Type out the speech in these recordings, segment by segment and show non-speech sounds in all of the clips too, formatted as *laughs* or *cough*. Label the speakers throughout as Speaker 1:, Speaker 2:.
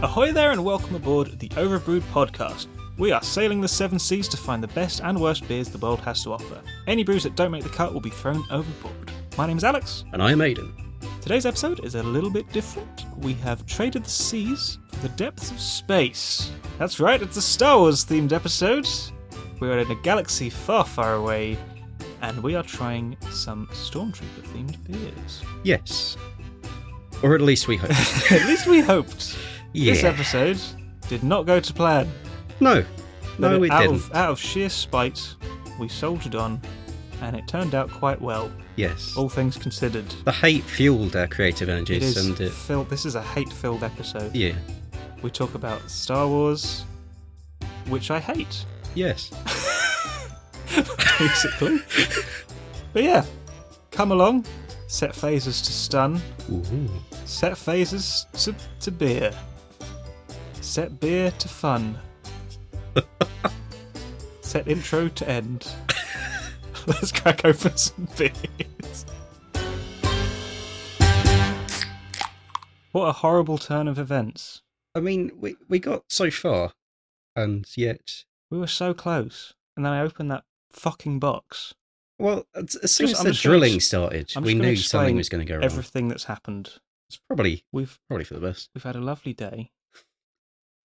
Speaker 1: Ahoy there, and welcome aboard the Overbrewed podcast. We are sailing the seven seas to find the best and worst beers the world has to offer. Any brews that don't make the cut will be thrown overboard. My name is Alex.
Speaker 2: And I'm Aiden.
Speaker 1: Today's episode is a little bit different. We have traded the seas for the depths of space. That's right, it's a Star Wars themed episode. We are in a galaxy far, far away, and we are trying some Stormtrooper themed beers. *laughs*
Speaker 2: Yes. Or at least we hope.
Speaker 1: At least we hoped. This
Speaker 2: Yeah.
Speaker 1: episode did not go to plan.
Speaker 2: no. No,
Speaker 1: But
Speaker 2: we
Speaker 1: out
Speaker 2: didn't.
Speaker 1: Of, out of sheer spite, we soldiered on, and it turned out quite well,
Speaker 2: Yes.
Speaker 1: all things considered.
Speaker 2: The hate fueled our creative
Speaker 1: It
Speaker 2: energies
Speaker 1: is
Speaker 2: and it.
Speaker 1: fill- this is a hate-filled episode.
Speaker 2: Yeah.
Speaker 1: We talk about Star Wars, which I hate, *laughs*
Speaker 2: Yes. *laughs*
Speaker 1: basically. but yeah, come along, set phases to stun,
Speaker 2: Ooh.
Speaker 1: set phases to, to beer, set beer to fun,
Speaker 2: *laughs*
Speaker 1: set intro to end. *laughs* Let's crack open some beers. What a horrible turn of events.
Speaker 2: I mean, we, we got so far, and yet.
Speaker 1: We were so close, and then I opened that fucking box.
Speaker 2: Well, as as soon
Speaker 1: Just-
Speaker 2: as
Speaker 1: I'm
Speaker 2: the
Speaker 1: just gonna
Speaker 2: drilling
Speaker 1: ex-
Speaker 2: started,
Speaker 1: I'm
Speaker 2: we
Speaker 1: just gonna
Speaker 2: knew something
Speaker 1: explain
Speaker 2: was going to go wrong.
Speaker 1: Everything that's happened.
Speaker 2: It's probably
Speaker 1: We've
Speaker 2: probably for the best.
Speaker 1: we've had a lovely day.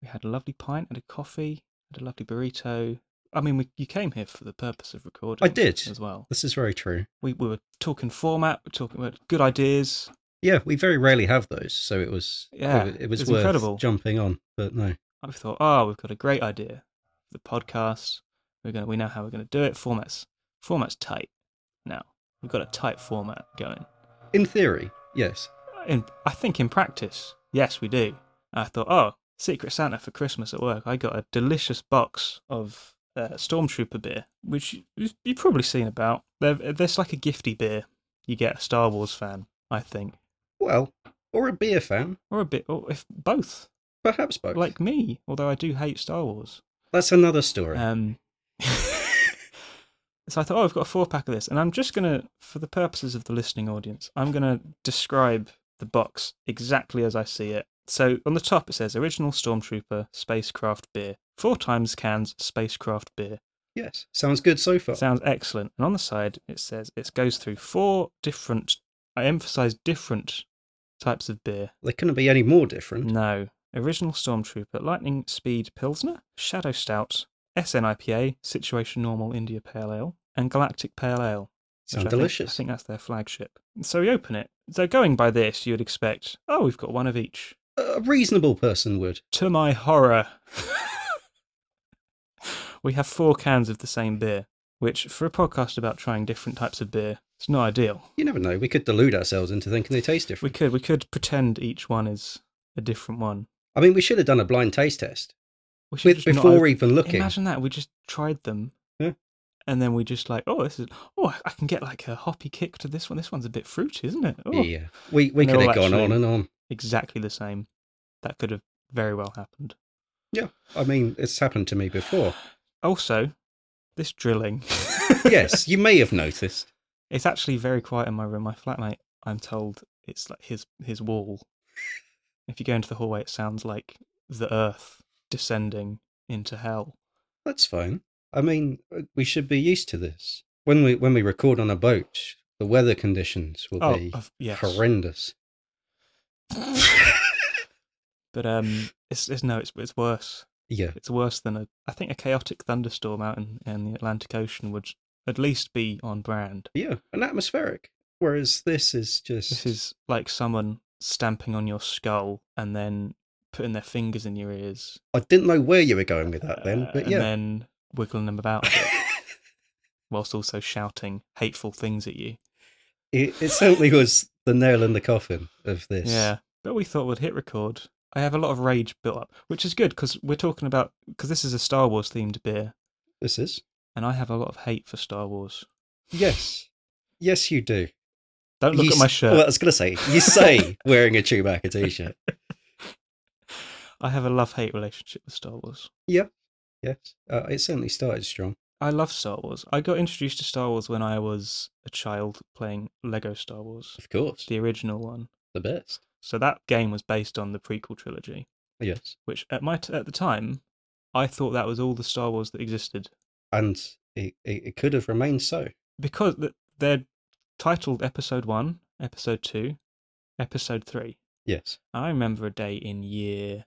Speaker 1: We had a lovely pint and a coffee, had a lovely burrito. I mean, we, you came here for the purpose of recording.
Speaker 2: I did.
Speaker 1: as well.
Speaker 2: This is very true.
Speaker 1: We, we were talking format, we're talking about good ideas.
Speaker 2: Yeah, we very rarely have those, so it was
Speaker 1: Yeah,
Speaker 2: it, it was
Speaker 1: it's
Speaker 2: worth
Speaker 1: incredible.
Speaker 2: jumping on. But no,
Speaker 1: I thought, oh, we've got a great idea. The podcast. We're gonna we know how we're gonna do it. Formats format's tight now. We've got a tight format going.
Speaker 2: in theory, yes,
Speaker 1: In I think in practice, yes, we do. I thought, oh, Secret Santa for Christmas at work. I got a delicious box of uh, Stormtrooper beer, which you- you've you've probably seen about. They're, there's like a gifty beer you get a Star Wars fan, I think,
Speaker 2: well, or a beer fan,
Speaker 1: or a bit, or if both,
Speaker 2: perhaps both.
Speaker 1: like me. Although I do hate Star Wars.
Speaker 2: That's another story.
Speaker 1: Um, *laughs* so I thought, oh, I've got a four pack of this, and I'm just gonna, for the purposes of the listening audience, I'm gonna describe the box exactly as I see it. So on the top it says original Stormtrooper spacecraft beer, four times cans spacecraft beer.
Speaker 2: yes, sounds good so far.
Speaker 1: Sounds excellent. And on the side it says it goes through four different, I emphasize different types of beer.
Speaker 2: they couldn't be any more different.
Speaker 1: No. Original Stormtrooper, Lightning Speed Pilsner, Shadow Stout, SNIPA, Situation Normal India Pale Ale, and Galactic Pale Ale. which
Speaker 2: Sound
Speaker 1: I think-
Speaker 2: delicious.
Speaker 1: I think that's their flagship. So we open it. So going by this, you would expect, oh, we've got one of each.
Speaker 2: A reasonable person would.
Speaker 1: To my horror, *laughs* we have four cans of the same beer, which for a podcast about trying different types of beer, it's not ideal.
Speaker 2: You never know. We could delude ourselves into thinking they taste
Speaker 1: We
Speaker 2: different.
Speaker 1: could we could pretend each one is a different one.
Speaker 2: I mean, we should have done a blind taste test
Speaker 1: We should
Speaker 2: with,
Speaker 1: just not
Speaker 2: before
Speaker 1: op-
Speaker 2: even looking.
Speaker 1: Imagine that we just tried them,
Speaker 2: Yeah.
Speaker 1: and then we just like, oh, this is oh, I can get like a hoppy kick to this one. This one's a bit fruity, isn't it? Oh,
Speaker 2: Yeah, we we
Speaker 1: And
Speaker 2: could
Speaker 1: they're
Speaker 2: have
Speaker 1: all
Speaker 2: gone on
Speaker 1: actually-
Speaker 2: and on.
Speaker 1: exactly the same. That could have very well happened.
Speaker 2: Yeah, I mean, it's happened to me before.
Speaker 1: Also, this drilling.
Speaker 2: yes, you may have noticed.
Speaker 1: it's actually very quiet in my room. My flatmate, I'm told, it's like his his wall. if you go into the hallway, it sounds like the earth descending into hell.
Speaker 2: That's fine. I mean, uh, we should be used to this. When we when we record on a boat, the weather conditions will
Speaker 1: Oh,
Speaker 2: be
Speaker 1: of- yes.
Speaker 2: horrendous.
Speaker 1: But um, it's, it's no, it's it's worse.
Speaker 2: Yeah,
Speaker 1: it's worse than a I think a chaotic thunderstorm out in, in the Atlantic Ocean would at least be on brand.
Speaker 2: yeah, and atmospheric. Whereas this is just
Speaker 1: This is like someone stamping on your skull and then putting their fingers in your ears.
Speaker 2: I didn't know where you were going with that then,
Speaker 1: uh,
Speaker 2: but
Speaker 1: And
Speaker 2: yeah.
Speaker 1: then wiggling them about a bit, *laughs* whilst also shouting hateful things at you.
Speaker 2: *laughs* it, it certainly was the nail in the coffin of this.
Speaker 1: Yeah. But we thought we'd hit record. I have a lot of rage built up, which is good because we're talking about because this is a Star Wars themed beer,
Speaker 2: This is.
Speaker 1: and I have a lot of hate for Star Wars.
Speaker 2: Yes. Yes, you do.
Speaker 1: Don't look
Speaker 2: You
Speaker 1: at my
Speaker 2: s-
Speaker 1: shirt.
Speaker 2: Well, I was going to say, you say *laughs* wearing a Chewbacca t shirt.
Speaker 1: I have a love hate relationship with Star Wars.
Speaker 2: Yes. Uh, it certainly started strong.
Speaker 1: I love Star Wars. I got introduced to Star Wars when I was a child playing Lego Star Wars,
Speaker 2: Of course.
Speaker 1: the original one.
Speaker 2: The best.
Speaker 1: So that game was based on the prequel trilogy.
Speaker 2: Yes.
Speaker 1: which at my t- at the time, I thought that was all the Star Wars that existed
Speaker 2: And it, it, it could have remained so.
Speaker 1: because th- they're titled Episode One, Episode Two, Episode Three.
Speaker 2: Yes.
Speaker 1: I remember a day in year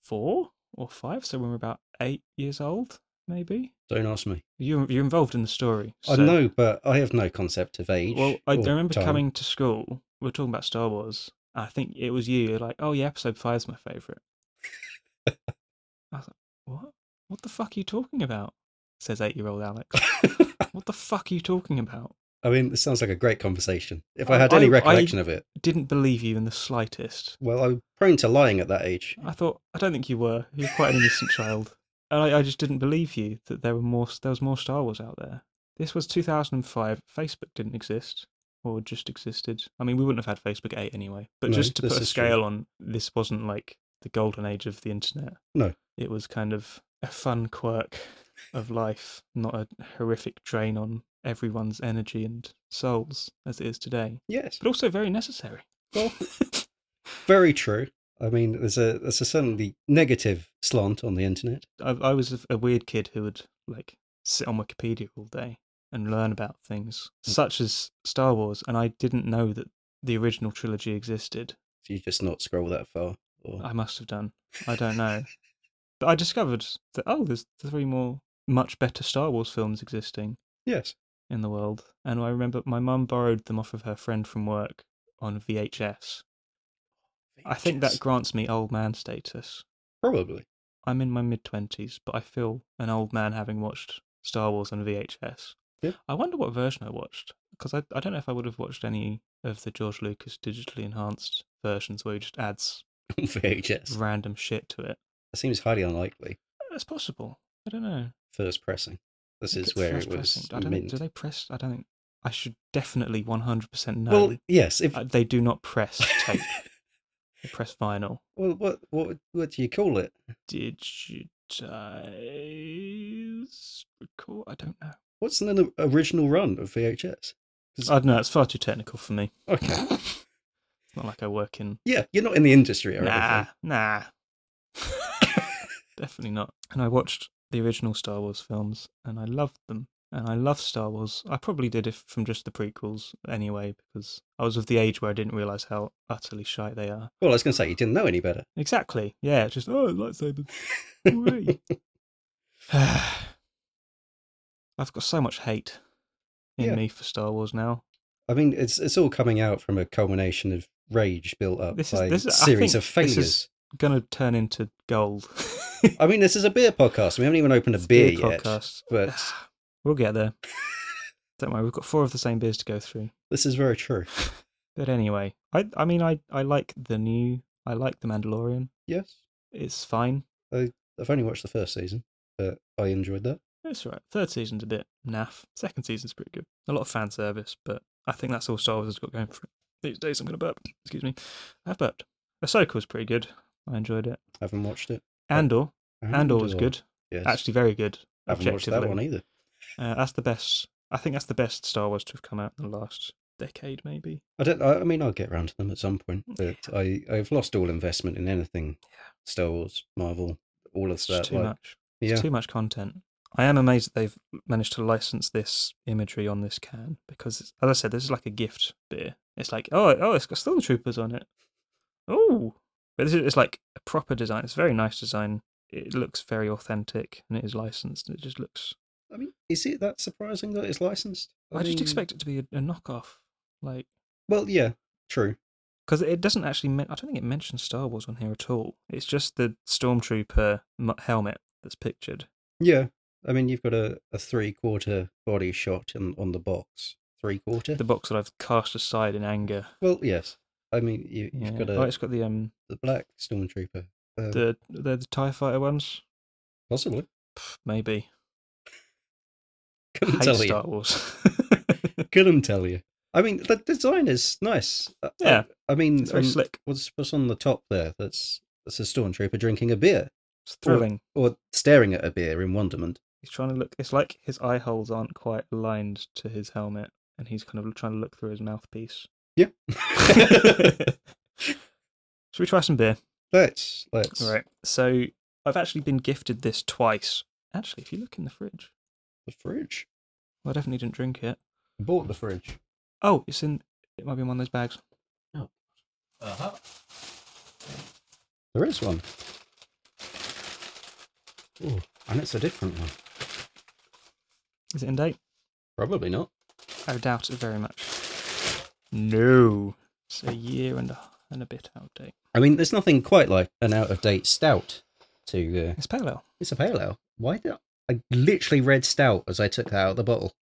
Speaker 1: four or five, so when we were about eight years old, maybe.
Speaker 2: Don't ask me.
Speaker 1: You you're involved in the story.
Speaker 2: I
Speaker 1: so-
Speaker 2: know, but I have no concept of age. Oh,
Speaker 1: Well, I
Speaker 2: or
Speaker 1: remember
Speaker 2: time.
Speaker 1: coming to school. We were talking about Star Wars. I think it was you. You're like, oh yeah, Episode Five's my favorite. I was like, what? What the fuck are you talking about? Says eight-year-old Alex.
Speaker 2: *laughs*
Speaker 1: what the fuck are you talking about?
Speaker 2: I mean, this sounds like a great conversation. If I
Speaker 1: I-
Speaker 2: had any
Speaker 1: I- I-
Speaker 2: recollection of it,
Speaker 1: Didn't believe you in the slightest.
Speaker 2: well, I'm prone to lying at that age.
Speaker 1: I thought, I don't think you were. You're quite an innocent child. And I, I just didn't believe you that there were more. There was more Star Wars out there. This was 2005. Facebook didn't exist, or just existed. I mean, we wouldn't have had Facebook eight anyway. But
Speaker 2: No,
Speaker 1: just to
Speaker 2: this
Speaker 1: put a
Speaker 2: is true.
Speaker 1: scale on, this wasn't like the golden age of the internet.
Speaker 2: No.
Speaker 1: it was kind of a fun quirk of life, not a horrific drain on everyone's energy and souls as it is today.
Speaker 2: Yes,
Speaker 1: But also very necessary.
Speaker 2: Well, very true. I mean, there's a there's a certainly negative slant on the internet.
Speaker 1: I, I was a- a weird kid who would like sit on Wikipedia all day and learn about things such as Star Wars, and I didn't know that the original trilogy existed.
Speaker 2: If you just not scroll that far, or
Speaker 1: I must have done. I don't know, but I discovered that oh, there's three more much better Star Wars films existing
Speaker 2: yes,
Speaker 1: in the world, and I remember my mum borrowed them off of her friend from work on VHS. I think that
Speaker 2: Yes.
Speaker 1: grants me old man status.
Speaker 2: probably *laughs*
Speaker 1: I'm in my mid twenties, but I feel an old man having watched Star Wars on VHS.
Speaker 2: Yeah.
Speaker 1: I wonder what version I watched because I, I don't know if I would have watched any of the George Lucas digitally enhanced versions where he just adds
Speaker 2: VHS.
Speaker 1: random shit to it.
Speaker 2: That seems highly unlikely.
Speaker 1: That's possible. I don't know.
Speaker 2: First pressing. This
Speaker 1: Like,
Speaker 2: is
Speaker 1: it's
Speaker 2: where
Speaker 1: first
Speaker 2: it was.
Speaker 1: pressing. I don't think, do
Speaker 2: mint.
Speaker 1: they press? I don't think. I should definitely 100% know.
Speaker 2: Well, yes. If
Speaker 1: Uh, they do not press tape.
Speaker 2: *laughs*
Speaker 1: They press vinyl.
Speaker 2: well, what what what do you call it?
Speaker 1: Digitize record. I don't know.
Speaker 2: What's an original run of VHS?
Speaker 1: I don't know. It's far too technical for me.
Speaker 2: Okay.
Speaker 1: *laughs* it's not like I work in.
Speaker 2: Yeah, you're not in the industry or
Speaker 1: Nah,
Speaker 2: anything.
Speaker 1: nah. Definitely not. And I watched the original Star Wars films, and I loved them. And I love Star Wars. I probably did it from just the prequels anyway, because I was of the age where I didn't realize how utterly shite they are.
Speaker 2: Well, I was going to say you didn't know any better.
Speaker 1: Exactly. Yeah. It's just oh, lightsabers.
Speaker 2: *laughs*
Speaker 1: Hooray. *sighs* I've got so much hate in
Speaker 2: Yeah.
Speaker 1: me for Star Wars now.
Speaker 2: I mean, it's it's all coming out from a culmination of rage built up
Speaker 1: This is-
Speaker 2: by
Speaker 1: this is- I
Speaker 2: series
Speaker 1: think
Speaker 2: of
Speaker 1: this is-
Speaker 2: failures.
Speaker 1: Gonna turn into gold. *laughs*
Speaker 2: I mean, this is a beer podcast. We haven't even opened a beer,
Speaker 1: beer
Speaker 2: yet,
Speaker 1: podcast.
Speaker 2: but
Speaker 1: *sighs* We'll get
Speaker 2: *laughs*
Speaker 1: there. Don't worry, we've got four of the same beers to go through.
Speaker 2: this is very true.
Speaker 1: But anyway, I I mean I I like the new I like the Mandalorian.
Speaker 2: Yes,
Speaker 1: It's fine.
Speaker 2: I've only watched the first season, but I enjoyed that.
Speaker 1: It's all right. Third season's a bit naff. Second season's pretty good. A lot of fan service, but I think that's all Star Wars has got going for it. These days I'm gonna burp. Excuse me. I've burped. Ahsoka was pretty good. I enjoyed it.
Speaker 2: Haven't watched it.
Speaker 1: Andor. Andor was good.
Speaker 2: Yes.
Speaker 1: Actually very good.
Speaker 2: haven't watched that
Speaker 1: objectively.
Speaker 2: one e- either.
Speaker 1: Uh, that's the best. I think that's the best Star Wars to have come out in the last decade, maybe.
Speaker 2: I don't. I I mean, I'll get round to them at some point,
Speaker 1: Mm,
Speaker 2: but I I've lost all investment in anything Star Wars, Marvel, all of
Speaker 1: It's
Speaker 2: that.
Speaker 1: just too
Speaker 2: like-
Speaker 1: much.
Speaker 2: Yeah,
Speaker 1: It's too much content. I am amazed that they've managed to license this imagery on this can because, it's- as I said, this is like a gift beer. It's like, oh, oh, it's got stormtroopers on it. Oh, but this is, it's like a proper design. It's a very nice design. It looks very authentic and it is licensed. It just looks.
Speaker 2: I mean, is it that surprising that it's licensed?
Speaker 1: I, just
Speaker 2: mean,
Speaker 1: expect it to be a, a knockoff, like
Speaker 2: Well, yeah, true.
Speaker 1: because it doesn't actually. Men- I don't think it mentions Star Wars on here at all. It's just the stormtrooper mu- helmet that's pictured.
Speaker 2: Yeah, I mean, you've got a, a three quarter body shot on, on the box. Three quarter.
Speaker 1: The box that I've cast aside in anger.
Speaker 2: Well, yes. I mean, you,
Speaker 1: Yeah.
Speaker 2: you've got a,
Speaker 1: oh, it's got the um
Speaker 2: the black stormtrooper. Um,
Speaker 1: the they're the Tie Fighter ones.
Speaker 2: possibly.
Speaker 1: Pff,
Speaker 2: *laughs*
Speaker 1: Maybe. I
Speaker 2: Couldn't
Speaker 1: hate
Speaker 2: tell
Speaker 1: Star
Speaker 2: you.
Speaker 1: Wars. *laughs*
Speaker 2: Couldn't tell you. I mean, the design is nice. I- I-
Speaker 1: Yeah.
Speaker 2: I, mean,
Speaker 1: it's very
Speaker 2: um,
Speaker 1: slick.
Speaker 2: what's what's on the top there? That's that's a stormtrooper drinking a beer
Speaker 1: It's thrilling.
Speaker 2: or staring at a beer in
Speaker 1: *laughs*
Speaker 2: wonderment. *laughs*
Speaker 1: He's trying to look. It's like his eye holes aren't quite aligned to his helmet, and he's kind of trying to
Speaker 2: *laughs*
Speaker 1: look through his mouthpiece.
Speaker 2: Yeah.
Speaker 1: Should we try some beer?
Speaker 2: Let's let's.
Speaker 1: All right. So I've actually been gifted this twice. Actually, if you look in the fridge,
Speaker 2: The fridge.
Speaker 1: well, I definitely didn't drink it.
Speaker 2: I bought the fridge.
Speaker 1: Oh, it's in. It might be in one of those bags.
Speaker 3: Uh huh.
Speaker 2: There is one. Ooh, and it's a different one.
Speaker 1: Is it in date?
Speaker 2: Probably not.
Speaker 1: I doubt it very much. No. It's a year and a, and a bit out of date.
Speaker 2: I mean, there's nothing quite like an out of date stout. To uh,
Speaker 1: It's pale ale.
Speaker 2: it's a pale ale. Why did I, I literally read stout as I took that out of the bottle?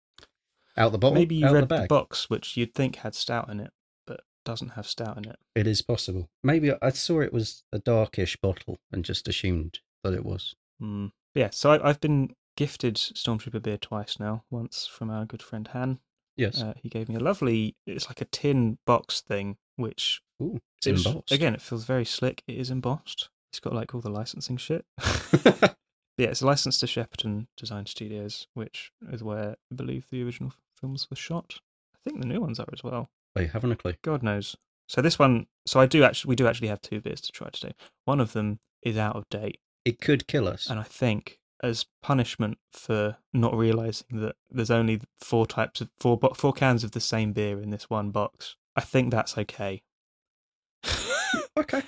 Speaker 2: Out the bottle.
Speaker 1: Maybe you
Speaker 2: out
Speaker 1: read
Speaker 2: the bag.
Speaker 1: box, which you'd think had stout in it, but doesn't have stout in it.
Speaker 2: It is possible. Maybe I- I saw it was a darkish bottle and just assumed that it was.
Speaker 1: Mm. But yeah, so I, I've been gifted Stormtrooper beer twice now. Once from our good friend Han.
Speaker 2: Yes.
Speaker 1: Uh, he gave me a lovely. It's like a tin box thing, which
Speaker 2: Ooh, it's
Speaker 1: it was-
Speaker 2: embossed. *laughs*
Speaker 1: again, it feels very slick. It is embossed. It's got like all the licensing shit. *laughs* yeah, it's licensed to Shepperton Design Studios, which is where I believe the original films were shot. I think the new ones are as well.
Speaker 2: I haven't a clue.
Speaker 1: God knows. So this one, so I do actually, we do actually have two beers to try today. One of them is out of date,
Speaker 2: It could kill us.
Speaker 1: and I think as punishment for not realizing that there's only four types of four bo- four cans of the same beer in this one box, I think that's okay.
Speaker 2: Okay.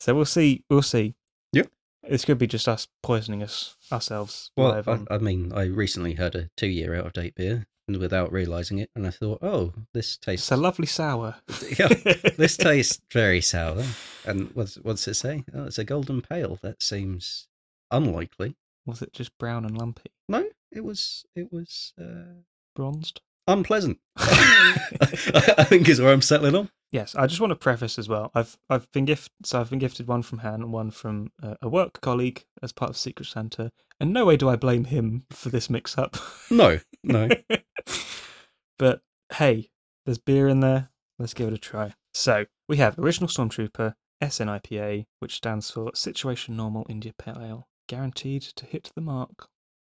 Speaker 1: So we'll see. We'll see.
Speaker 2: Yeah.
Speaker 1: This could be just us poisoning us ourselves.
Speaker 2: Well,
Speaker 1: live
Speaker 2: I,
Speaker 1: on-
Speaker 2: I mean, I recently had a two-year out-of-date beer, and without realizing it, and I thought, oh, this tastes.
Speaker 1: it's a lovely sour.
Speaker 2: *laughs* yeah,
Speaker 1: *laughs*
Speaker 2: this tastes very sour. And what's what's it say? Oh, it's a golden pale. That seems unlikely.
Speaker 1: was it just brown and lumpy,
Speaker 2: No, it was it was uh,
Speaker 1: bronzed? *laughs*
Speaker 2: unpleasant. *laughs* I think is where I'm settling on.
Speaker 1: Yes, I just want to preface as well. I've I've been gift so I've been gifted one from Han and one from uh, a work colleague as part of Secret Santa, and no way do I blame him for this mix up.
Speaker 2: No, no.
Speaker 1: *laughs* but hey, there's beer in there. Let's give it a try. So we have original Stormtrooper SNIPA, which stands for Situation Normal India Pale Ale, guaranteed to hit the mark.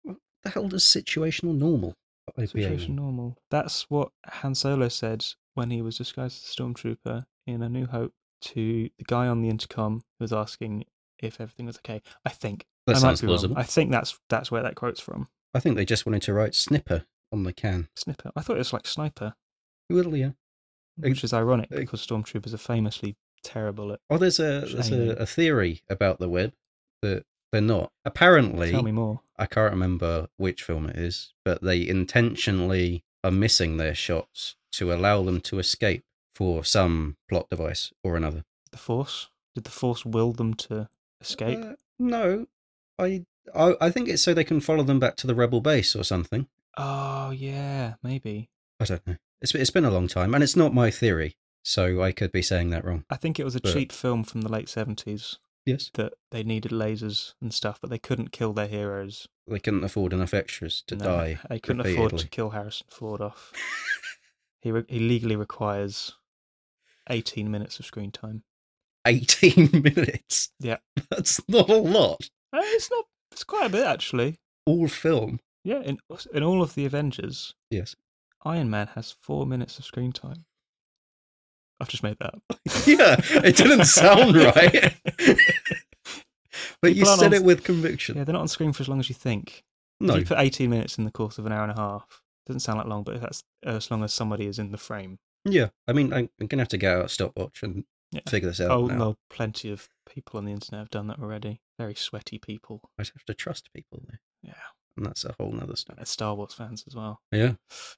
Speaker 2: the hell does situational normal IPA
Speaker 1: Situation
Speaker 2: mean?
Speaker 1: normal. That's what Han Solo said when he was disguised as a stormtrooper in A New Hope to the guy on the intercom who was asking if everything was okay. I think
Speaker 2: That
Speaker 1: I
Speaker 2: sounds
Speaker 1: might be wrong.
Speaker 2: plausible.
Speaker 1: I think that's that's where that quote's from.
Speaker 2: I think they just wanted to write snipper on the can.
Speaker 1: Snipper. I thought it was like sniper,
Speaker 2: Well, yeah. Ex-
Speaker 1: which is ironic
Speaker 2: ex-
Speaker 1: because stormtroopers are famously terrible at.
Speaker 2: Oh, there's a there's a,
Speaker 1: Shiny.
Speaker 2: a theory about the web that they're not. Apparently,
Speaker 1: Tell me more.
Speaker 2: I can't remember which film it is, but they intentionally are missing their shots to allow them to escape for some plot device or another.
Speaker 1: The Force. Did the Force will them to escape?
Speaker 2: Uh, no, I, I I think it's so they can follow them back to the rebel base or something.
Speaker 1: oh yeah, maybe.
Speaker 2: I don't know. It's it's been a long time, and it's not my theory, so I could be saying that wrong.
Speaker 1: I think it was a
Speaker 2: But-
Speaker 1: cheap film from the late seventies
Speaker 2: Yes,
Speaker 1: that they needed lasers and stuff, but they couldn't kill their heroes.
Speaker 2: they couldn't afford enough extras to
Speaker 1: No,
Speaker 2: die.
Speaker 1: They couldn't afford to
Speaker 2: repeatedly.
Speaker 1: kill Harrison Ford off. *laughs* he, re- he legally requires 18 minutes of screen time.
Speaker 2: Eighteen *laughs* minutes.
Speaker 1: Yeah.
Speaker 2: that's not a lot.
Speaker 1: Uh, It's not. It's quite a bit actually.
Speaker 2: All film.
Speaker 1: Yeah, in in all of the Avengers,
Speaker 2: Yes.
Speaker 1: Iron Man has four minutes of screen time. I've just made that. up.
Speaker 2: *laughs* yeah, it
Speaker 1: *laughs*
Speaker 2: didn't sound right. but you
Speaker 1: People aren't
Speaker 2: said
Speaker 1: on-
Speaker 2: it with conviction.
Speaker 1: Yeah, they're not on screen for as long as you think. If
Speaker 2: no,
Speaker 1: You put 18 minutes in the course of an hour and a half. Doesn't sound like long, but that's uh, as long as somebody is in the frame.
Speaker 2: yeah. I mean, I'm, I'm gonna have to get out a stopwatch and
Speaker 1: Yeah.
Speaker 2: figure this out.
Speaker 1: Oh,
Speaker 2: now.
Speaker 1: no, plenty of people on the internet have done that already. Very sweaty people.
Speaker 2: I'd have to trust people though.
Speaker 1: Yeah.
Speaker 2: and that's a whole nother stuff.
Speaker 1: Uh, Star Wars fans as well.
Speaker 2: Yeah,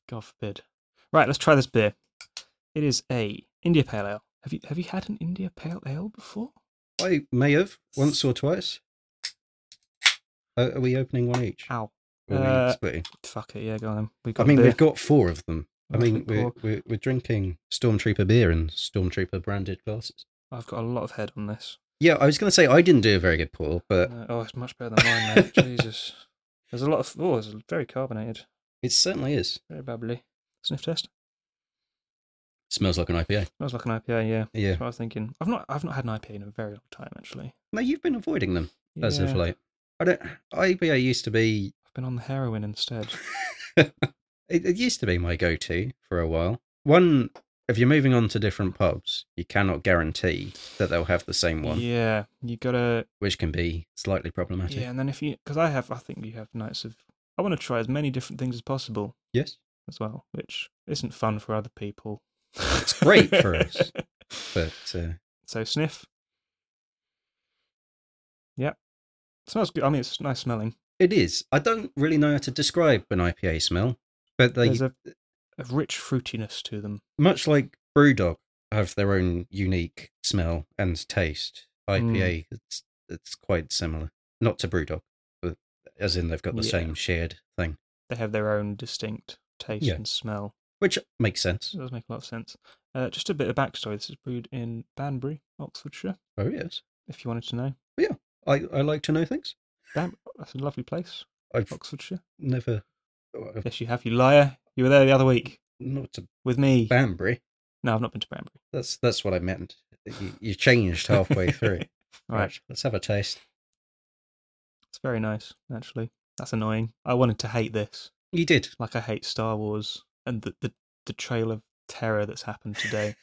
Speaker 1: God forbid. Right, let's try this beer. It is a India Pale Ale. Have you have you had an India Pale Ale before?
Speaker 2: I may have once or twice. Uh, are we opening one each?
Speaker 1: Ow.
Speaker 2: Or are we
Speaker 1: Uh,
Speaker 2: splitting?
Speaker 1: Fuck it, yeah, go on. then. We've
Speaker 2: I
Speaker 1: got
Speaker 2: mean,
Speaker 1: beer.
Speaker 2: we've got four of them. I
Speaker 1: Lovely
Speaker 2: mean, we're,
Speaker 1: pour.
Speaker 2: we're we're drinking Stormtrooper beer in Stormtrooper branded glasses.
Speaker 1: I've got a lot of head on this.
Speaker 2: Yeah, I was gonna say I didn't do a very good pour, but
Speaker 1: Uh, oh, it's much better than mine,
Speaker 2: *laughs*
Speaker 1: mate. Jesus. There's a lot of oh, it's very carbonated.
Speaker 2: it certainly is.
Speaker 1: Very bubbly. Sniff test.
Speaker 2: Smells like an IPA.
Speaker 1: Smells like an IPA, yeah.
Speaker 2: Yeah.
Speaker 1: That's what I was thinking. I've not I've not had an IPA in a very long time actually.
Speaker 2: No, you've been avoiding them as
Speaker 1: yeah,
Speaker 2: of late. I don't. IPA used to be. *laughs*
Speaker 1: I've been on the heroin instead.
Speaker 2: it, it used to be my go-to for a while. One if you're moving on to different pubs, you cannot guarantee that they'll have the same one,
Speaker 1: Yeah, you gotta.
Speaker 2: which can be slightly problematic.
Speaker 1: Yeah, and then if you, because I have, I think you have nights of. I want to try as many different things as possible
Speaker 2: Yes.
Speaker 1: as well, which isn't fun for other people. It's
Speaker 2: great
Speaker 1: *laughs*
Speaker 2: for us. But uh,
Speaker 1: So sniff. Yep. Smells good. I mean, it's nice smelling.
Speaker 2: it is. I don't really know how to describe an IPA smell, but they,
Speaker 1: There's a, a rich fruitiness to them.
Speaker 2: much like Brewdog, have their own unique smell and taste.
Speaker 1: Mm.
Speaker 2: IPA, it's, it's quite similar. Not to Brewdog, but as in they've got the
Speaker 1: Yeah.
Speaker 2: same shared thing,
Speaker 1: They have their own distinct taste
Speaker 2: Yeah.
Speaker 1: and smell.
Speaker 2: which makes sense.
Speaker 1: It does make a lot of sense. Uh, just a bit of backstory. This is brewed in Banbury, Oxfordshire,
Speaker 2: Oh, yes.
Speaker 1: if you wanted to know.
Speaker 2: I, I like to know things.
Speaker 1: Ban- that's a lovely place,
Speaker 2: I've
Speaker 1: Oxfordshire.
Speaker 2: never. I've
Speaker 1: Yes, you have, you liar. You were there the other week
Speaker 2: not to
Speaker 1: with me.
Speaker 2: Banbury.
Speaker 1: no, I've not been to Banbury.
Speaker 2: That's that's what I meant. You, you
Speaker 1: *laughs*
Speaker 2: changed halfway through.
Speaker 1: All right.
Speaker 2: let's have a taste.
Speaker 1: It's very nice, actually. That's annoying. I wanted to hate this.
Speaker 2: You did.
Speaker 1: like I hate Star Wars and the the, the trail of terror that's happened today.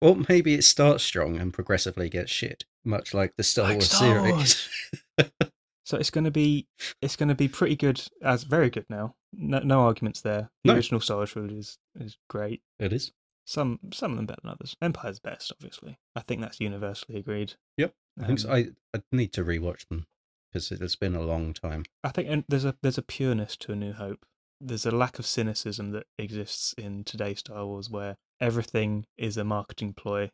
Speaker 2: Well, maybe it starts strong and progressively gets shit, much like the Star
Speaker 1: Like
Speaker 2: Wars
Speaker 1: Star
Speaker 2: series.
Speaker 1: Wars. so it's gonna be it's gonna be pretty good as very good now. No, no arguments there. The
Speaker 2: No.
Speaker 1: original Star Wars trilogy is, is great.
Speaker 2: *laughs* it is.
Speaker 1: Some some of them better than others. Empire's best, obviously. I think that's universally agreed.
Speaker 2: Yep, I think so.
Speaker 1: Um,
Speaker 2: I I need to rewatch them because it has been a long time.
Speaker 1: I think and there's a there's a pureness to A New Hope. There's a lack of cynicism that exists in today's Star Wars, where everything is a marketing
Speaker 2: *laughs*
Speaker 1: ploy.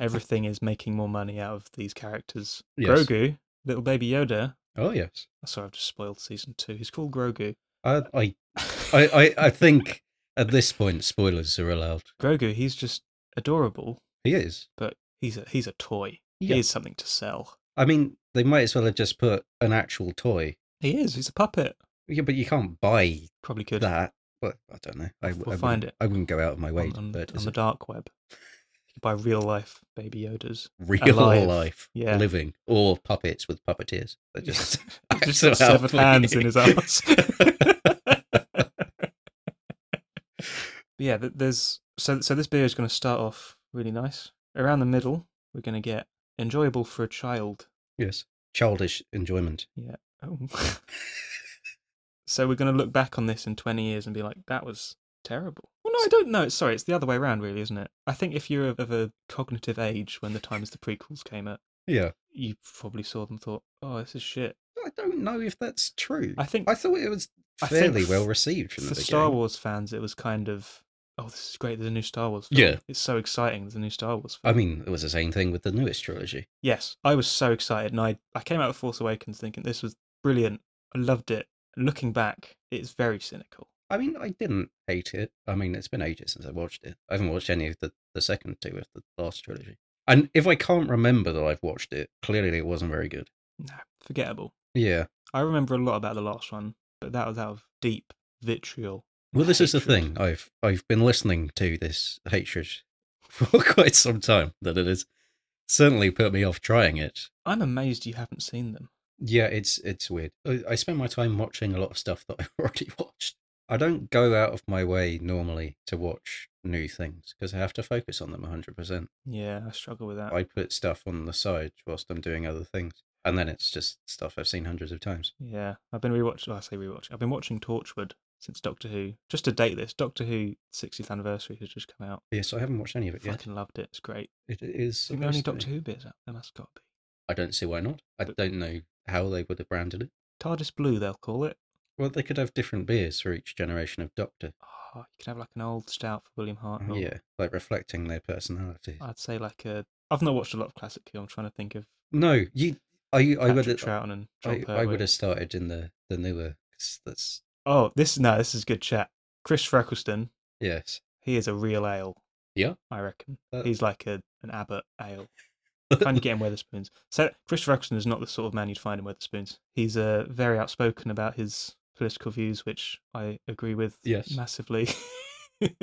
Speaker 1: everything is making more money out of these characters.
Speaker 2: Yes.
Speaker 1: Grogu, little baby Yoda.
Speaker 2: Oh yes,
Speaker 1: oh, Sorry, I've just spoiled season two. He's called Grogu.
Speaker 2: I I I, I, I think at this point spoilers are allowed.
Speaker 1: *laughs* Grogu, he's just adorable,
Speaker 2: He is.
Speaker 1: but he's a he's a toy.
Speaker 2: Yeah.
Speaker 1: He is something to sell.
Speaker 2: I mean, they might as well have just put an actual toy.
Speaker 1: He is. He's a puppet.
Speaker 2: Yeah, but you can't buy
Speaker 1: Probably could on,
Speaker 2: that. Well, I don't know. I,
Speaker 1: We'll
Speaker 2: I wouldn't-
Speaker 1: find it.
Speaker 2: I wouldn't go out of my way to
Speaker 1: on,
Speaker 2: purchase
Speaker 1: on the
Speaker 2: it.
Speaker 1: dark web. You could buy real life baby Yodas.
Speaker 2: real
Speaker 1: alive.
Speaker 2: life,
Speaker 1: Yeah.
Speaker 2: living, or puppets with puppeteers. They're just
Speaker 1: *laughs* He's just
Speaker 2: so
Speaker 1: got severed
Speaker 2: happy.
Speaker 1: hands *laughs* in his arse. yeah, th- there's so so this beer is going to start off really nice. Around the middle, we're going to get enjoyable for a child.
Speaker 2: yes, childish enjoyment.
Speaker 1: Oh. *laughs* so we're going to look back on this in 20 years and be like, that was terrible. Well, no, I don't know. Sorry, it's the other way around, really, isn't it? I think if you're of, of a cognitive age when the times the prequels came out,
Speaker 2: Yeah,
Speaker 1: you probably saw them and thought, oh, this is shit.
Speaker 2: I don't know if that's true.
Speaker 1: I think
Speaker 2: I thought it was
Speaker 1: I think
Speaker 2: fairly well
Speaker 1: f-
Speaker 2: received
Speaker 1: for
Speaker 2: from the beginning.
Speaker 1: Star Wars fans, it was kind of, oh, this is great. There's a new Star Wars. Film.
Speaker 2: Yeah. Uh,
Speaker 1: it's so exciting. There's a new Star Wars. Film.
Speaker 2: I mean, it was the same thing with the newest trilogy.
Speaker 1: yes, I was so excited, and I I came out of Force Awakens thinking this was brilliant. I loved it. Looking back, it's very cynical.
Speaker 2: I mean, I didn't hate it. I mean, it's been ages since I watched it. I haven't watched any of the, the second two of the last trilogy. And if I can't remember that I've watched it, clearly it wasn't very good.
Speaker 1: No, forgettable.
Speaker 2: Yeah.
Speaker 1: I remember a lot about the last one, but that was out of deep vitriol.
Speaker 2: Well, this is the
Speaker 1: hatred.
Speaker 2: thing. I've I've been listening to this hatred *laughs* for quite some time. That it has certainly put me off trying it.
Speaker 1: I'm amazed you haven't seen them.
Speaker 2: Yeah, it's it's weird. I, I spend my time watching a lot of stuff that *laughs* I've already watched. I don't go out of my way normally to watch new things because I have to focus on them 100%.
Speaker 1: Yeah, I struggle with that.
Speaker 2: I put stuff on the side whilst I'm doing other things, and then it's just stuff I've seen hundreds of times.
Speaker 1: Yeah, I've been rewatching. Well, I say rewatching. I've been watching Torchwood since Doctor Who. Just to date this, Doctor Who 60th anniversary has just come out.
Speaker 2: Yes, I haven't watched any of it yet.
Speaker 1: Fucking loved it. It's great.
Speaker 2: It is.
Speaker 1: I think the only
Speaker 2: supposed to be.
Speaker 1: Doctor Who bits out. There must got to be.
Speaker 2: I don't see why not. I
Speaker 1: But-
Speaker 2: don't know how they would have branded it.
Speaker 1: TARDIS Blue, they'll call it.
Speaker 2: Well, they could have different beers for each generation of Doctor.
Speaker 1: Oh, you could have like an old stout for William Hartnell.
Speaker 2: Yeah, like reflecting their personalities.
Speaker 1: I'd say like a. I've not watched a lot of classic Who. I'm trying to think of.
Speaker 2: no, you, I, I would
Speaker 1: Patrick
Speaker 2: have,
Speaker 1: Troughton and John
Speaker 2: Oh, I, I would
Speaker 1: Pertwee.
Speaker 2: have started in the the newer. 'cause that's
Speaker 1: Oh, this no, this is good chat. Chris Freckleston,
Speaker 2: yes,
Speaker 1: he is a real ale.
Speaker 2: Yeah. Uh
Speaker 1: I reckon
Speaker 2: That-
Speaker 1: he's like a an Abbott ale.
Speaker 2: *laughs*
Speaker 1: Trying to get him Weatherspoons. So Chris Freckleston is not the sort of man you'd find in Weatherspoons. He's uh, very outspoken about his political views, which I agree with
Speaker 2: Yes.
Speaker 1: massively. *laughs*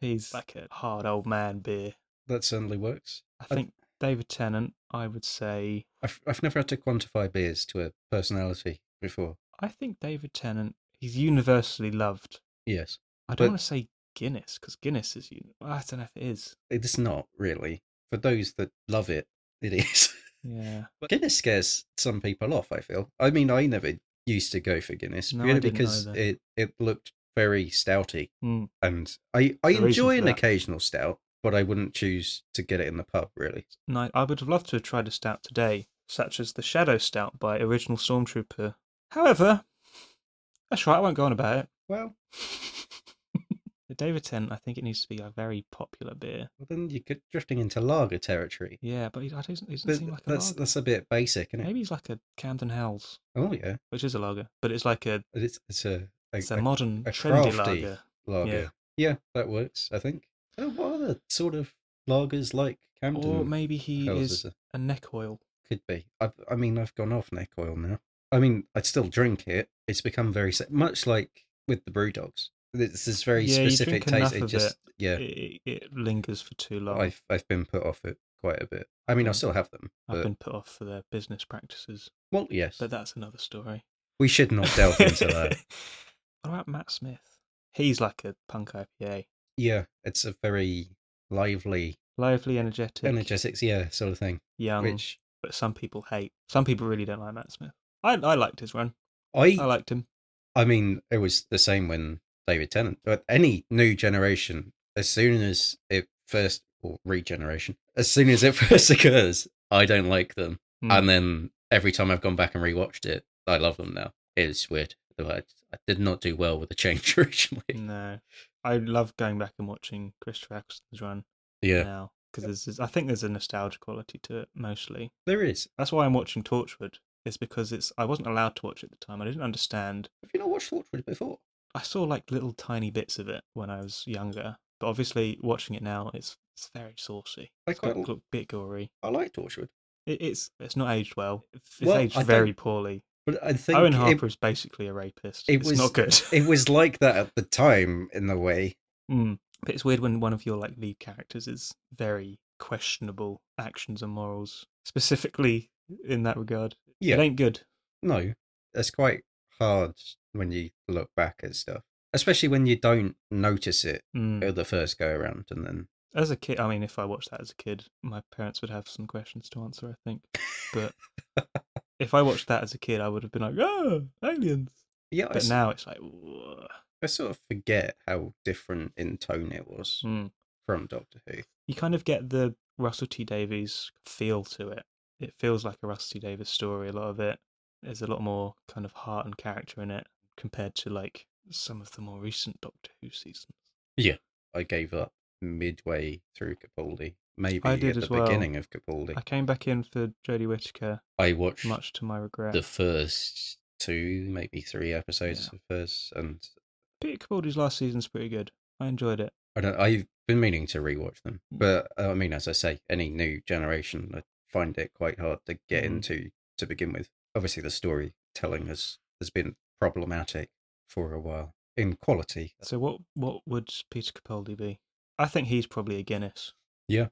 Speaker 1: he's like a hard old man beer.
Speaker 2: that certainly works.
Speaker 1: I
Speaker 2: I-
Speaker 1: think David Tennant. I would say
Speaker 2: I've I've never had to quantify beers to a personality before.
Speaker 1: I think David Tennant. He's universally loved.
Speaker 2: Yes,
Speaker 1: I don't
Speaker 2: But-
Speaker 1: want to say Guinness because Guinness is you. I don't know if it is.
Speaker 2: It's not really. For those that love it, it *laughs* is.
Speaker 1: Yeah.
Speaker 2: But Guinness scares some people off, I feel. I mean, I never used to go for Guinness
Speaker 1: No, I
Speaker 2: purely
Speaker 1: didn't
Speaker 2: because
Speaker 1: either.
Speaker 2: it, it looked very stouty.
Speaker 1: Mm.
Speaker 2: And I, I
Speaker 1: There's a reason
Speaker 2: enjoy
Speaker 1: for
Speaker 2: an
Speaker 1: that.
Speaker 2: occasional stout, but I wouldn't choose to get it in the pub, really.
Speaker 1: No, I would have loved to have tried a stout today, such as the Shadow Stout by Original Stormtrooper. However, that's right. I won't go on about it. *laughs*
Speaker 2: Well,
Speaker 1: The David Tent, I think it needs to be a very popular beer.
Speaker 2: well then you get drifting into lager territory.
Speaker 1: Yeah, but he, I don't, he doesn't
Speaker 2: But
Speaker 1: seem like a
Speaker 2: that's
Speaker 1: lager.
Speaker 2: that's a bit basic, isn't it?
Speaker 1: Maybe he's like a Camden Hells,
Speaker 2: Oh yeah,
Speaker 1: which is a lager, but it's like a
Speaker 2: it's it's a, a,
Speaker 1: it's a,
Speaker 2: a
Speaker 1: modern
Speaker 2: a
Speaker 1: trendy
Speaker 2: crafty-
Speaker 1: lager.
Speaker 2: lager. Yeah. that works. I think. Uh, what other sort of lagers like Camden?
Speaker 1: Or maybe he
Speaker 2: Hells
Speaker 1: is
Speaker 2: is a-
Speaker 1: a neck oil.
Speaker 2: could be. I, I mean, I've gone off neck oil now. I mean, I'd still drink it. It's become very se- much like with the brew dogs. It's this very
Speaker 1: Yeah, you
Speaker 2: specific
Speaker 1: drink enough
Speaker 2: taste. It
Speaker 1: of
Speaker 2: just yeah.
Speaker 1: It, it it lingers for too long. I've,
Speaker 2: I've I've been put off it quite a bit. I mean, I
Speaker 1: Yeah.
Speaker 2: still have them. But,
Speaker 1: been put off for their business practices,
Speaker 2: well, yes,
Speaker 1: but that's another story.
Speaker 2: we should not delve into that.
Speaker 1: *laughs* what about Matt Smith? He's like a punk IPA,
Speaker 2: Yeah, it's a very lively
Speaker 1: lively, energetic,
Speaker 2: energetics. Yeah, sort of thing.
Speaker 1: young,
Speaker 2: which
Speaker 1: but some people hate. Some people really don't like Matt Smith. I I liked his run.
Speaker 2: I
Speaker 1: I liked him.
Speaker 2: I mean, it was the same when David Tennant, but any new generation, as soon as it first, or regeneration, as soon as it *laughs* first occurs, I don't like them.
Speaker 1: Hmm.
Speaker 2: And then every time I've gone back and rewatched it, I love them now. It's weird. I, I did not do well with the change *laughs* originally.
Speaker 1: No, I love going back and watching Christopher Eccleston's run
Speaker 2: Yeah.
Speaker 1: now because there's, this- I think there's a nostalgia quality to it mostly.
Speaker 2: There is.
Speaker 1: That's why I'm watching Torchwood. Is because it's I wasn't allowed to watch it at the time. I didn't understand.
Speaker 2: Have you not watched Torchwood before?
Speaker 1: I saw like little tiny bits of it when I was younger, but obviously watching it now, it's it's very saucy.
Speaker 2: I
Speaker 1: It's got
Speaker 2: quite-
Speaker 1: a bit gory.
Speaker 2: I like Torchwood.
Speaker 1: It, it's it's not aged well. It's
Speaker 2: Well,
Speaker 1: aged
Speaker 2: I
Speaker 1: very
Speaker 2: don't
Speaker 1: poorly.
Speaker 2: But I think
Speaker 1: Owen
Speaker 2: it-
Speaker 1: Harper is basically a rapist.
Speaker 2: it
Speaker 1: it's
Speaker 2: was-
Speaker 1: not good.
Speaker 2: it
Speaker 1: *laughs*
Speaker 2: was like that at the time, in a way.
Speaker 1: Mm. But it's weird when one of your like lead characters is very questionable actions and morals, specifically in that regard.
Speaker 2: Yeah.
Speaker 1: It ain't good.
Speaker 2: No, it's quite hard when you look back at stuff, especially when you don't notice it
Speaker 1: Mm.
Speaker 2: at the first go around, and then
Speaker 1: As a kid, I mean, if I watched that as a kid, my parents would have some questions to answer, I think.
Speaker 2: *laughs*
Speaker 1: But if I watched that as a kid, I would have been like, oh, aliens.
Speaker 2: yeah, I,
Speaker 1: But
Speaker 2: s-
Speaker 1: now it's like, "Whoa."
Speaker 2: I sort of forget how different in tone it was
Speaker 1: Mm.
Speaker 2: from Doctor Who.
Speaker 1: you kind of get the Russell T Davies feel to it. It feels like a Russell T Davies story. A lot of it there's a lot more kind of heart and character in it compared to like some of the more recent Doctor Who seasons.
Speaker 2: I gave up midway through Capaldi, maybe
Speaker 1: I did
Speaker 2: at the
Speaker 1: as well.
Speaker 2: beginning of Capaldi.
Speaker 1: I came back in for Jodie Whittaker,
Speaker 2: I watched
Speaker 1: much to my regret.
Speaker 2: the first two, maybe three episodes of first, and
Speaker 1: Peter Capaldi's last season's pretty good. I enjoyed it.
Speaker 2: I don't. I've been meaning to rewatch them,
Speaker 1: Mm.
Speaker 2: but uh, I mean, as I say, any new generation, I find it quite hard to get
Speaker 1: Mm.
Speaker 2: into to begin with. Obviously, the storytelling has has been problematic for a while in quality.
Speaker 1: So what what would Peter Capaldi be? I think he's probably a Guinness,
Speaker 2: I,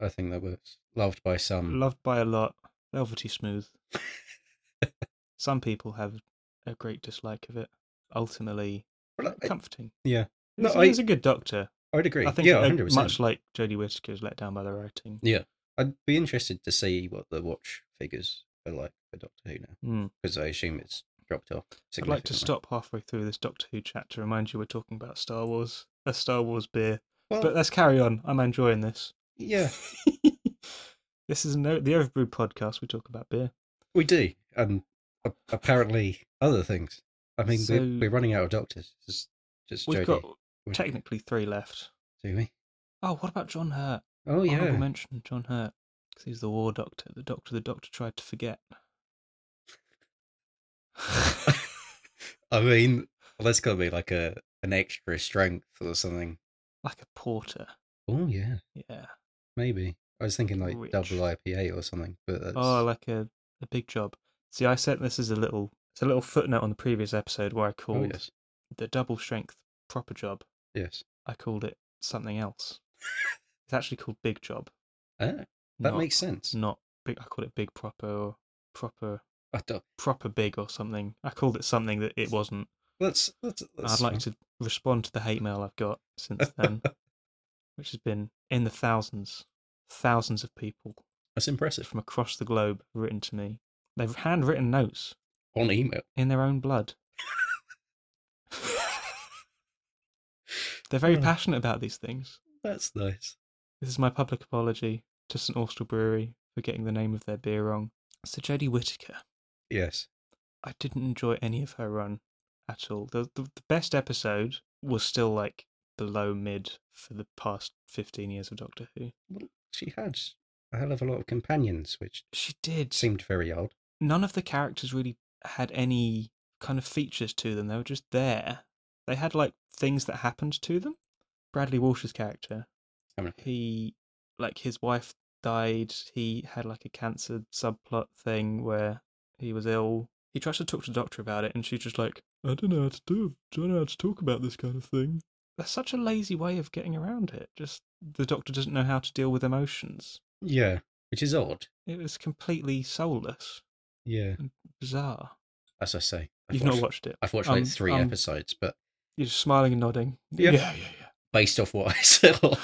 Speaker 2: I think that works. Loved by some.
Speaker 1: loved by a lot, velvety smooth. Some people have a great dislike of it. Ultimately,
Speaker 2: Well, I,
Speaker 1: comforting.
Speaker 2: yeah. No,
Speaker 1: He's,
Speaker 2: I-
Speaker 1: he's a good doctor.
Speaker 2: I'd agree.
Speaker 1: I think
Speaker 2: yeah,
Speaker 1: uh,
Speaker 2: 100%.
Speaker 1: much like Jodie Whittaker is let down by the writing.
Speaker 2: Yeah. I'd be interested to see what the watch figures are like for Doctor Who now,
Speaker 1: Mm.
Speaker 2: because I assume it's dropped off.
Speaker 1: I'd like to
Speaker 2: significantly.
Speaker 1: stop halfway through this Doctor Who chat to remind you we're talking about Star Wars, a Star Wars beer.
Speaker 2: Well,
Speaker 1: But let's carry on. I'm enjoying this.
Speaker 2: Oh. yeah,
Speaker 1: *laughs* this is no the Overbrewed podcast. We talk about beer.
Speaker 2: We do, and a- apparently other things. I mean,
Speaker 1: So-
Speaker 2: we're, we're running out of doctors. Just, just
Speaker 1: We've
Speaker 2: Jodie.
Speaker 1: got
Speaker 2: We-
Speaker 1: technically three left.
Speaker 2: do we?
Speaker 1: Oh, what about John Hurt?
Speaker 2: Oh
Speaker 1: Honorable
Speaker 2: yeah,
Speaker 1: mention John Hurt because he's the war doctor, the doctor the doctor tried to
Speaker 2: *laughs*
Speaker 1: forget.
Speaker 2: I mean, well, that's got to be like a an extra strength or something.
Speaker 1: like a porter.
Speaker 2: Oh yeah,
Speaker 1: Yeah.
Speaker 2: maybe. I was thinking like
Speaker 1: Rich.
Speaker 2: double IPA or something, but that's
Speaker 1: Oh, like a, a big job. See, I sent this as a little it's a little footnote on the previous episode where I
Speaker 2: oh,
Speaker 1: called
Speaker 2: yes,
Speaker 1: the double strength proper job.
Speaker 2: yes.
Speaker 1: I called it something
Speaker 2: *laughs*
Speaker 1: else. it's actually called big job.
Speaker 2: Ah, that
Speaker 1: not-
Speaker 2: makes sense.
Speaker 1: not big. I call it big proper or proper
Speaker 2: I don't-
Speaker 1: proper big or something. I called it something that it wasn't.
Speaker 2: That's that's. that's
Speaker 1: I'd like to respond to the hate mail I've got since *laughs* then, which has been in the thousands, thousands of people
Speaker 2: That's impressive
Speaker 1: from across the globe have written to me. They've handwritten notes
Speaker 2: on email.
Speaker 1: in their own blood. They're very *laughs*
Speaker 2: Oh.
Speaker 1: passionate about these things.
Speaker 2: That's nice.
Speaker 1: This is my public apology to St Austell Brewery for getting the name of their beer wrong. So Jodie Whittaker,
Speaker 2: Yes.
Speaker 1: I didn't enjoy any of her run at all. The, the the best episode was still like below mid for the past fifteen years of Doctor Who.
Speaker 2: Well, she had a hell of a lot of companions, which
Speaker 1: She did.
Speaker 2: seemed very odd.
Speaker 1: None of the characters really had any kind of features to them. They were just there. They had like things that happened to them. Bradley Walsh's character,
Speaker 2: I mean,
Speaker 1: he like his wife died he had like a cancer subplot thing where he was ill he tries to talk to the doctor about it and she's just like i don't know how to do i don't know how to talk about this kind of thing that's such a lazy way of getting around it just the doctor doesn't know how to deal with emotions
Speaker 2: yeah, which is odd.
Speaker 1: it was completely soulless
Speaker 2: Yeah.
Speaker 1: bizarre
Speaker 2: As I say, I've
Speaker 1: you've
Speaker 2: watched,
Speaker 1: not watched it
Speaker 2: I've watched
Speaker 1: um,
Speaker 2: like three
Speaker 1: um,
Speaker 2: episodes, but
Speaker 1: you're just smiling and nodding
Speaker 2: Yeah.
Speaker 1: yeah yeah, yeah.
Speaker 2: based off what *laughs*
Speaker 1: *laughs*
Speaker 2: I saw,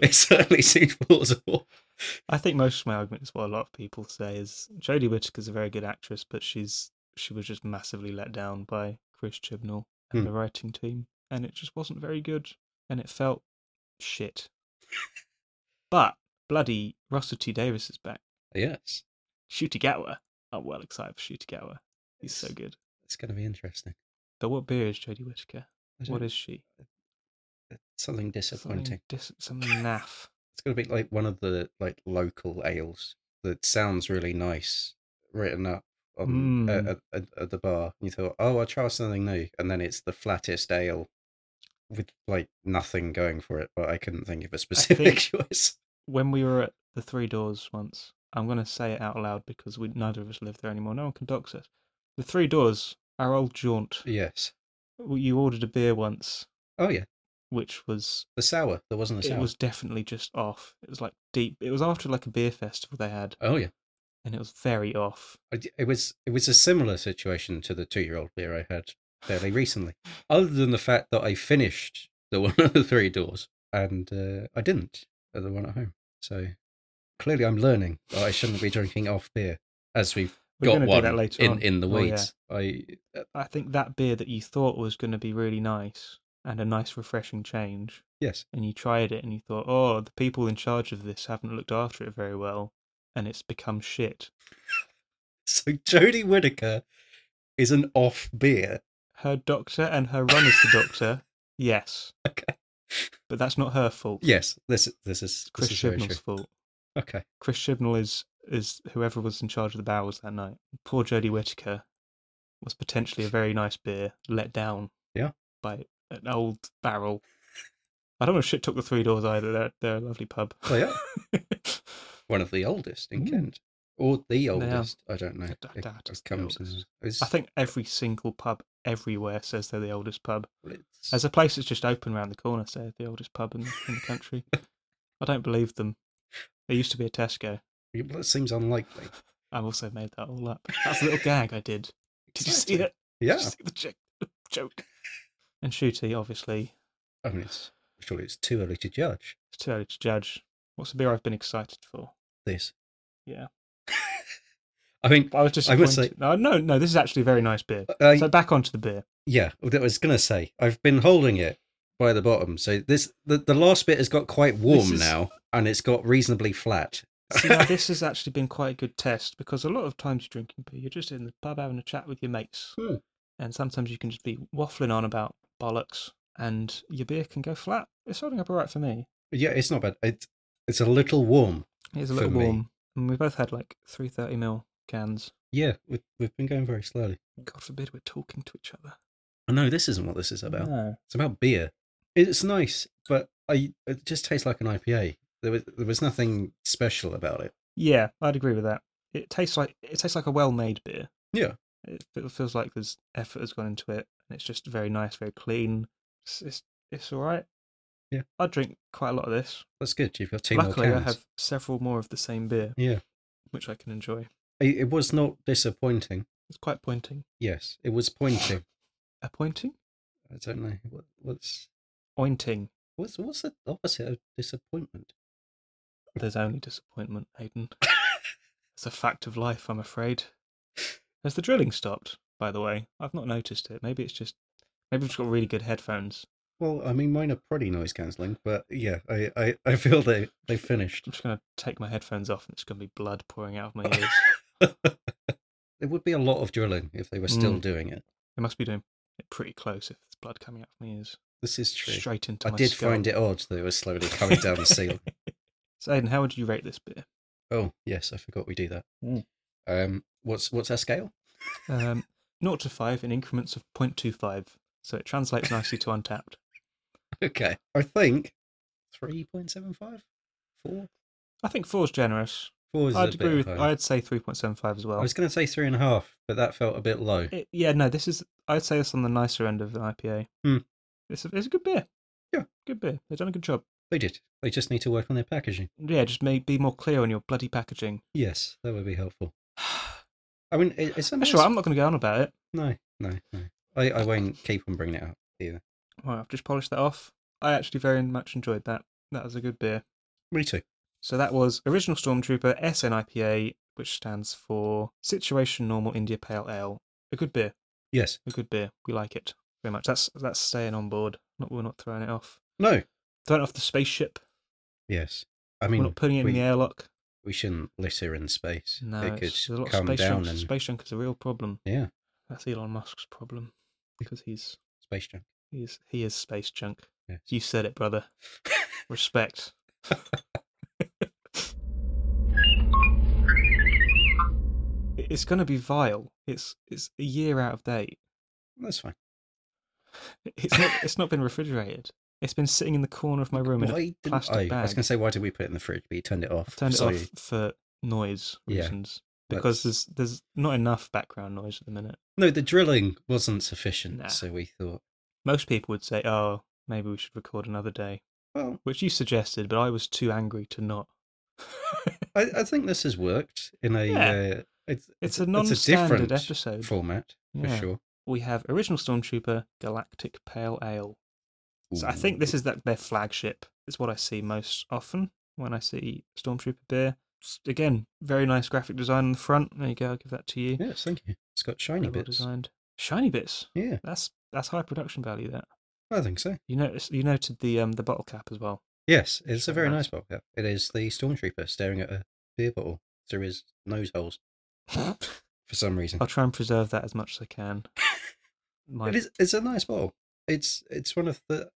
Speaker 2: it certainly seemed plausible.
Speaker 1: I think most of my argument is what a lot of people say is Jodie Whittaker's a very good actress, but she's she was just massively let down by Chris Chibnall and
Speaker 2: Hmm.
Speaker 1: the writing team, and it just wasn't very good, and it felt shit. but bloody Russell T Davis is back.
Speaker 2: Yes,
Speaker 1: Shooty Gatwa. I'm well excited for Shooty Gatwa. He's so
Speaker 2: Yes.
Speaker 1: good.
Speaker 2: it's going to be interesting.
Speaker 1: But what beer is Jodie Whittaker?
Speaker 2: I
Speaker 1: What
Speaker 2: don't-
Speaker 1: is she?
Speaker 2: something disappointing?
Speaker 1: Something, dis- something naff.
Speaker 2: It's going to be like one of the like local ales that sounds really nice, written up on
Speaker 1: Mm.
Speaker 2: at, at, at the bar. You thought, oh, I'll try something new, and then it's the flattest ale with like nothing going for it. But I couldn't think of a specific *laughs* choice.
Speaker 1: when we were at the Three Doors once, I'm going to say it out loud because we neither of us live there anymore. No one can dox us. The Three Doors, our old jaunt.
Speaker 2: Yes.
Speaker 1: You ordered a beer once,
Speaker 2: Oh yeah,
Speaker 1: which was
Speaker 2: the sour. There wasn't
Speaker 1: it
Speaker 2: a sour.
Speaker 1: was definitely just off. It was like deep. It was after like a beer festival they had,
Speaker 2: Oh yeah.
Speaker 1: and it was very off.
Speaker 2: I d- It was it was a similar situation to the two year old beer I had fairly recently. Other than the fact that I finished the one *laughs* at the three doors and uh, I didn't at the one at home. So clearly, I'm learning that I shouldn't be drinking off beer as we've
Speaker 1: We're
Speaker 2: got
Speaker 1: going to
Speaker 2: one
Speaker 1: do that later
Speaker 2: in
Speaker 1: on.
Speaker 2: in the
Speaker 1: Oh, yeah.
Speaker 2: weeds. I
Speaker 1: I think that beer that you thought was going to be really nice and a nice refreshing change,
Speaker 2: yes, *laughs*
Speaker 1: and you tried it and you thought, oh, the people in charge of this haven't looked after it very well, and it's become shit.
Speaker 2: so Jodie Whittaker is an off beer. *laughs*
Speaker 1: her doctor and her run is the doctor. Yes.
Speaker 2: Okay.
Speaker 1: But that's not her fault.
Speaker 2: Yes, this this is
Speaker 1: Chris
Speaker 2: this is very true.
Speaker 1: Chibnall's fault.
Speaker 2: Okay,
Speaker 1: Chris Chibnall is is whoever was in charge of the barrels that night. Poor Jodie Whittaker was potentially a very nice beer let down.
Speaker 2: Yeah.
Speaker 1: By an old barrel. I don't want to shit talk the Three Doors either. They're they're a lovely pub.
Speaker 2: Oh, yeah. one of the oldest in
Speaker 1: Mm.
Speaker 2: Kent. Or the
Speaker 1: are.
Speaker 2: oldest, I don't know.
Speaker 1: I
Speaker 2: It,
Speaker 1: doubt
Speaker 2: it
Speaker 1: it's the
Speaker 2: comes in-
Speaker 1: oldest.
Speaker 2: it's-
Speaker 1: *laughs* I think every single pub everywhere says they're the oldest pub.
Speaker 2: it's-
Speaker 1: There's a place that's just open round the corner, so the oldest pub in, in the country. I don't believe them. There used to be a Tesco.
Speaker 2: That seems unlikely.
Speaker 1: I've also made that all up. That's a little gag I
Speaker 2: *laughs*
Speaker 1: did. Did you see it? Did you
Speaker 2: Yeah.
Speaker 1: see the jo- joke? *laughs* And Shooty, obviously,
Speaker 2: I mean, it's surely it's too early to judge
Speaker 1: it's too early to judge. What's the beer I've been excited for?
Speaker 2: this.
Speaker 1: Yeah.
Speaker 2: *laughs* I mean,
Speaker 1: I was just.
Speaker 2: I must say-
Speaker 1: no, no, no. This is actually a very nice beer.
Speaker 2: I,
Speaker 1: so back onto the beer.
Speaker 2: yeah, I was going to say I've been holding it by the bottom, so this the, the last bit has got quite warm
Speaker 1: is-
Speaker 2: now, and it's got reasonably flat.
Speaker 1: See, now this has actually been quite a good test because a lot of times you're drinking beer, you're just in the pub having a chat with your mates.
Speaker 2: Hmm.
Speaker 1: And sometimes you can just be waffling on about bollocks and your beer can go flat. It's holding up all right for me.
Speaker 2: yeah, it's not bad. It it's a little warm.
Speaker 1: It's a little
Speaker 2: For me.
Speaker 1: warm. And we both had like 330 mil cans.
Speaker 2: Yeah, we, we've been going very slowly.
Speaker 1: God forbid we're talking to each other.
Speaker 2: Oh, no, this isn't what this is about.
Speaker 1: No.
Speaker 2: It's about beer. It's nice, but I it just tastes like an IPA. There was there was nothing special about it.
Speaker 1: Yeah, I'd agree with that. It tastes like it tastes like a well-made beer.
Speaker 2: Yeah.
Speaker 1: It, it feels like there's effort has gone into it and it's just very nice, very clean. It's it's, it's all right.
Speaker 2: Yeah.
Speaker 1: I drink quite a lot of this.
Speaker 2: That's good. You've got two
Speaker 1: Luckily,
Speaker 2: more
Speaker 1: I
Speaker 2: cans.
Speaker 1: have several more of the same beer,
Speaker 2: Yeah,
Speaker 1: which I can enjoy.
Speaker 2: it, it was not disappointing.
Speaker 1: It's quite pointing.
Speaker 2: Yes, it was pointing.
Speaker 1: Appointing?
Speaker 2: I don't know. What, what's
Speaker 1: Ointing.
Speaker 2: what's what's the opposite of disappointment?
Speaker 1: There's only disappointment,
Speaker 2: *laughs*
Speaker 1: Hayden. it's a fact of life, I'm afraid. Has the drilling stopped, by the way? I've not noticed it. Maybe it's just. Maybe I've just got really good headphones.
Speaker 2: Well, I mean, mine are probably noise cancelling, but yeah, I, I, I feel they they finished. *laughs*
Speaker 1: I'm just going to take my headphones off and it's going to be blood pouring out of my ears.
Speaker 2: there would be a lot of drilling if they were still
Speaker 1: Mm.
Speaker 2: doing it.
Speaker 1: They must be doing it pretty close if there's blood coming out of my ears.
Speaker 2: This is true.
Speaker 1: Straight into
Speaker 2: I
Speaker 1: my
Speaker 2: did
Speaker 1: skull.
Speaker 2: find it odd that it was slowly coming down the ceiling.
Speaker 1: *laughs* So, Aiden, how would you rate this beer?
Speaker 2: Oh yes, I forgot we do that.
Speaker 1: Mm.
Speaker 2: Um, what's what's our scale? *laughs*
Speaker 1: Um, 0 to 5 in increments of 0.25. So it translates nicely to untapped.
Speaker 2: Okay, I think three point seven five, four.
Speaker 1: I think 4 is generous.
Speaker 2: Four is a
Speaker 1: I'd
Speaker 2: bit
Speaker 1: agree with,
Speaker 2: high.
Speaker 1: I'd say 3.75 as
Speaker 2: I
Speaker 1: well.
Speaker 2: was going to say three and a half, but that felt a bit low.
Speaker 1: It- yeah, no, this is, I'd say this on the nicer end of an IPA.
Speaker 2: Hmm.
Speaker 1: It's, a, it's a good beer.
Speaker 2: Yeah.
Speaker 1: Good beer. They've done a good job.
Speaker 2: They did. They just need to work on their packaging.
Speaker 1: Yeah, just may, be more clear on your bloody
Speaker 2: *sighs*
Speaker 1: packaging. *sighs*
Speaker 2: Yes, that would be helpful. I mean, it, it's a nice...
Speaker 1: That's all right, I'm not going to go on about it.
Speaker 2: No, no, no. I, I won't keep on bringing it up either.
Speaker 1: Well, I've just polished that off. I actually very much enjoyed that. That was a good beer.
Speaker 2: Me too.
Speaker 1: So that was Original Stormtrooper SNIPA, which stands for Situation Normal India Pale Ale. A good beer.
Speaker 2: Yes.
Speaker 1: A good beer. We like it very much. That's that's staying on board. Not we're not throwing it off.
Speaker 2: No.
Speaker 1: Throwing it off the spaceship.
Speaker 2: Yes. I mean,
Speaker 1: we're not putting it
Speaker 2: we-
Speaker 1: in the airlock.
Speaker 2: we shouldn't litter in space.
Speaker 1: No,
Speaker 2: it could
Speaker 1: it's, there's a lot of
Speaker 2: come
Speaker 1: space
Speaker 2: down
Speaker 1: junk.
Speaker 2: and
Speaker 1: Space junk is a real problem.
Speaker 2: yeah,
Speaker 1: That's Elon Musk's problem because he's
Speaker 2: space junk.
Speaker 1: he's he is space junk.
Speaker 2: Yes.
Speaker 1: You said it, brother. Respect. it's going to be vile. It's it's a year out of date.
Speaker 2: That's fine.
Speaker 1: It's not it's not been refrigerated. It's been sitting in the corner of my room in a
Speaker 2: Why didn't
Speaker 1: plastic
Speaker 2: I? I was
Speaker 1: bag.
Speaker 2: going to say, why did we put it in the fridge? But you turned it off.
Speaker 1: I've turned it
Speaker 2: so
Speaker 1: off for noise
Speaker 2: Yeah,
Speaker 1: reasons because there's there's not enough background noise at the minute.
Speaker 2: No, the drilling wasn't sufficient,
Speaker 1: Nah.
Speaker 2: so we thought,
Speaker 1: Most people would say, "Oh, maybe we should record another day,"
Speaker 2: well,
Speaker 1: which you suggested, but I was too angry to not.
Speaker 2: I, I think this has worked in a.
Speaker 1: Yeah.
Speaker 2: Uh, it's
Speaker 1: It's a
Speaker 2: it's
Speaker 1: non-standard
Speaker 2: different
Speaker 1: episode.
Speaker 2: format for
Speaker 1: Yeah.
Speaker 2: sure.
Speaker 1: we have original Stormtrooper Galactic Pale Ale. So I think this is that their flagship. It's what I see most often when I see Stormtrooper beer. S- Again, very nice graphic design on the front. There you go. I'll give that to you.
Speaker 2: Yes, thank you. It's got shiny
Speaker 1: Very well
Speaker 2: bits.
Speaker 1: designed. Shiny bits.
Speaker 2: Yeah,
Speaker 1: That's that's high production value. There.
Speaker 2: I think so.
Speaker 1: You notice you noted the um the bottle cap as
Speaker 2: *laughs*
Speaker 1: well.
Speaker 2: Yes, it's
Speaker 1: So
Speaker 2: a very
Speaker 1: nice.
Speaker 2: nice bottle. cap. It is the stormtrooper staring at a beer bottle through his nose holes
Speaker 1: I'll
Speaker 2: for some reason.
Speaker 1: try and preserve that as much as I
Speaker 2: *laughs*
Speaker 1: can. My,
Speaker 2: It is. It's a nice bottle. It's it's one of the.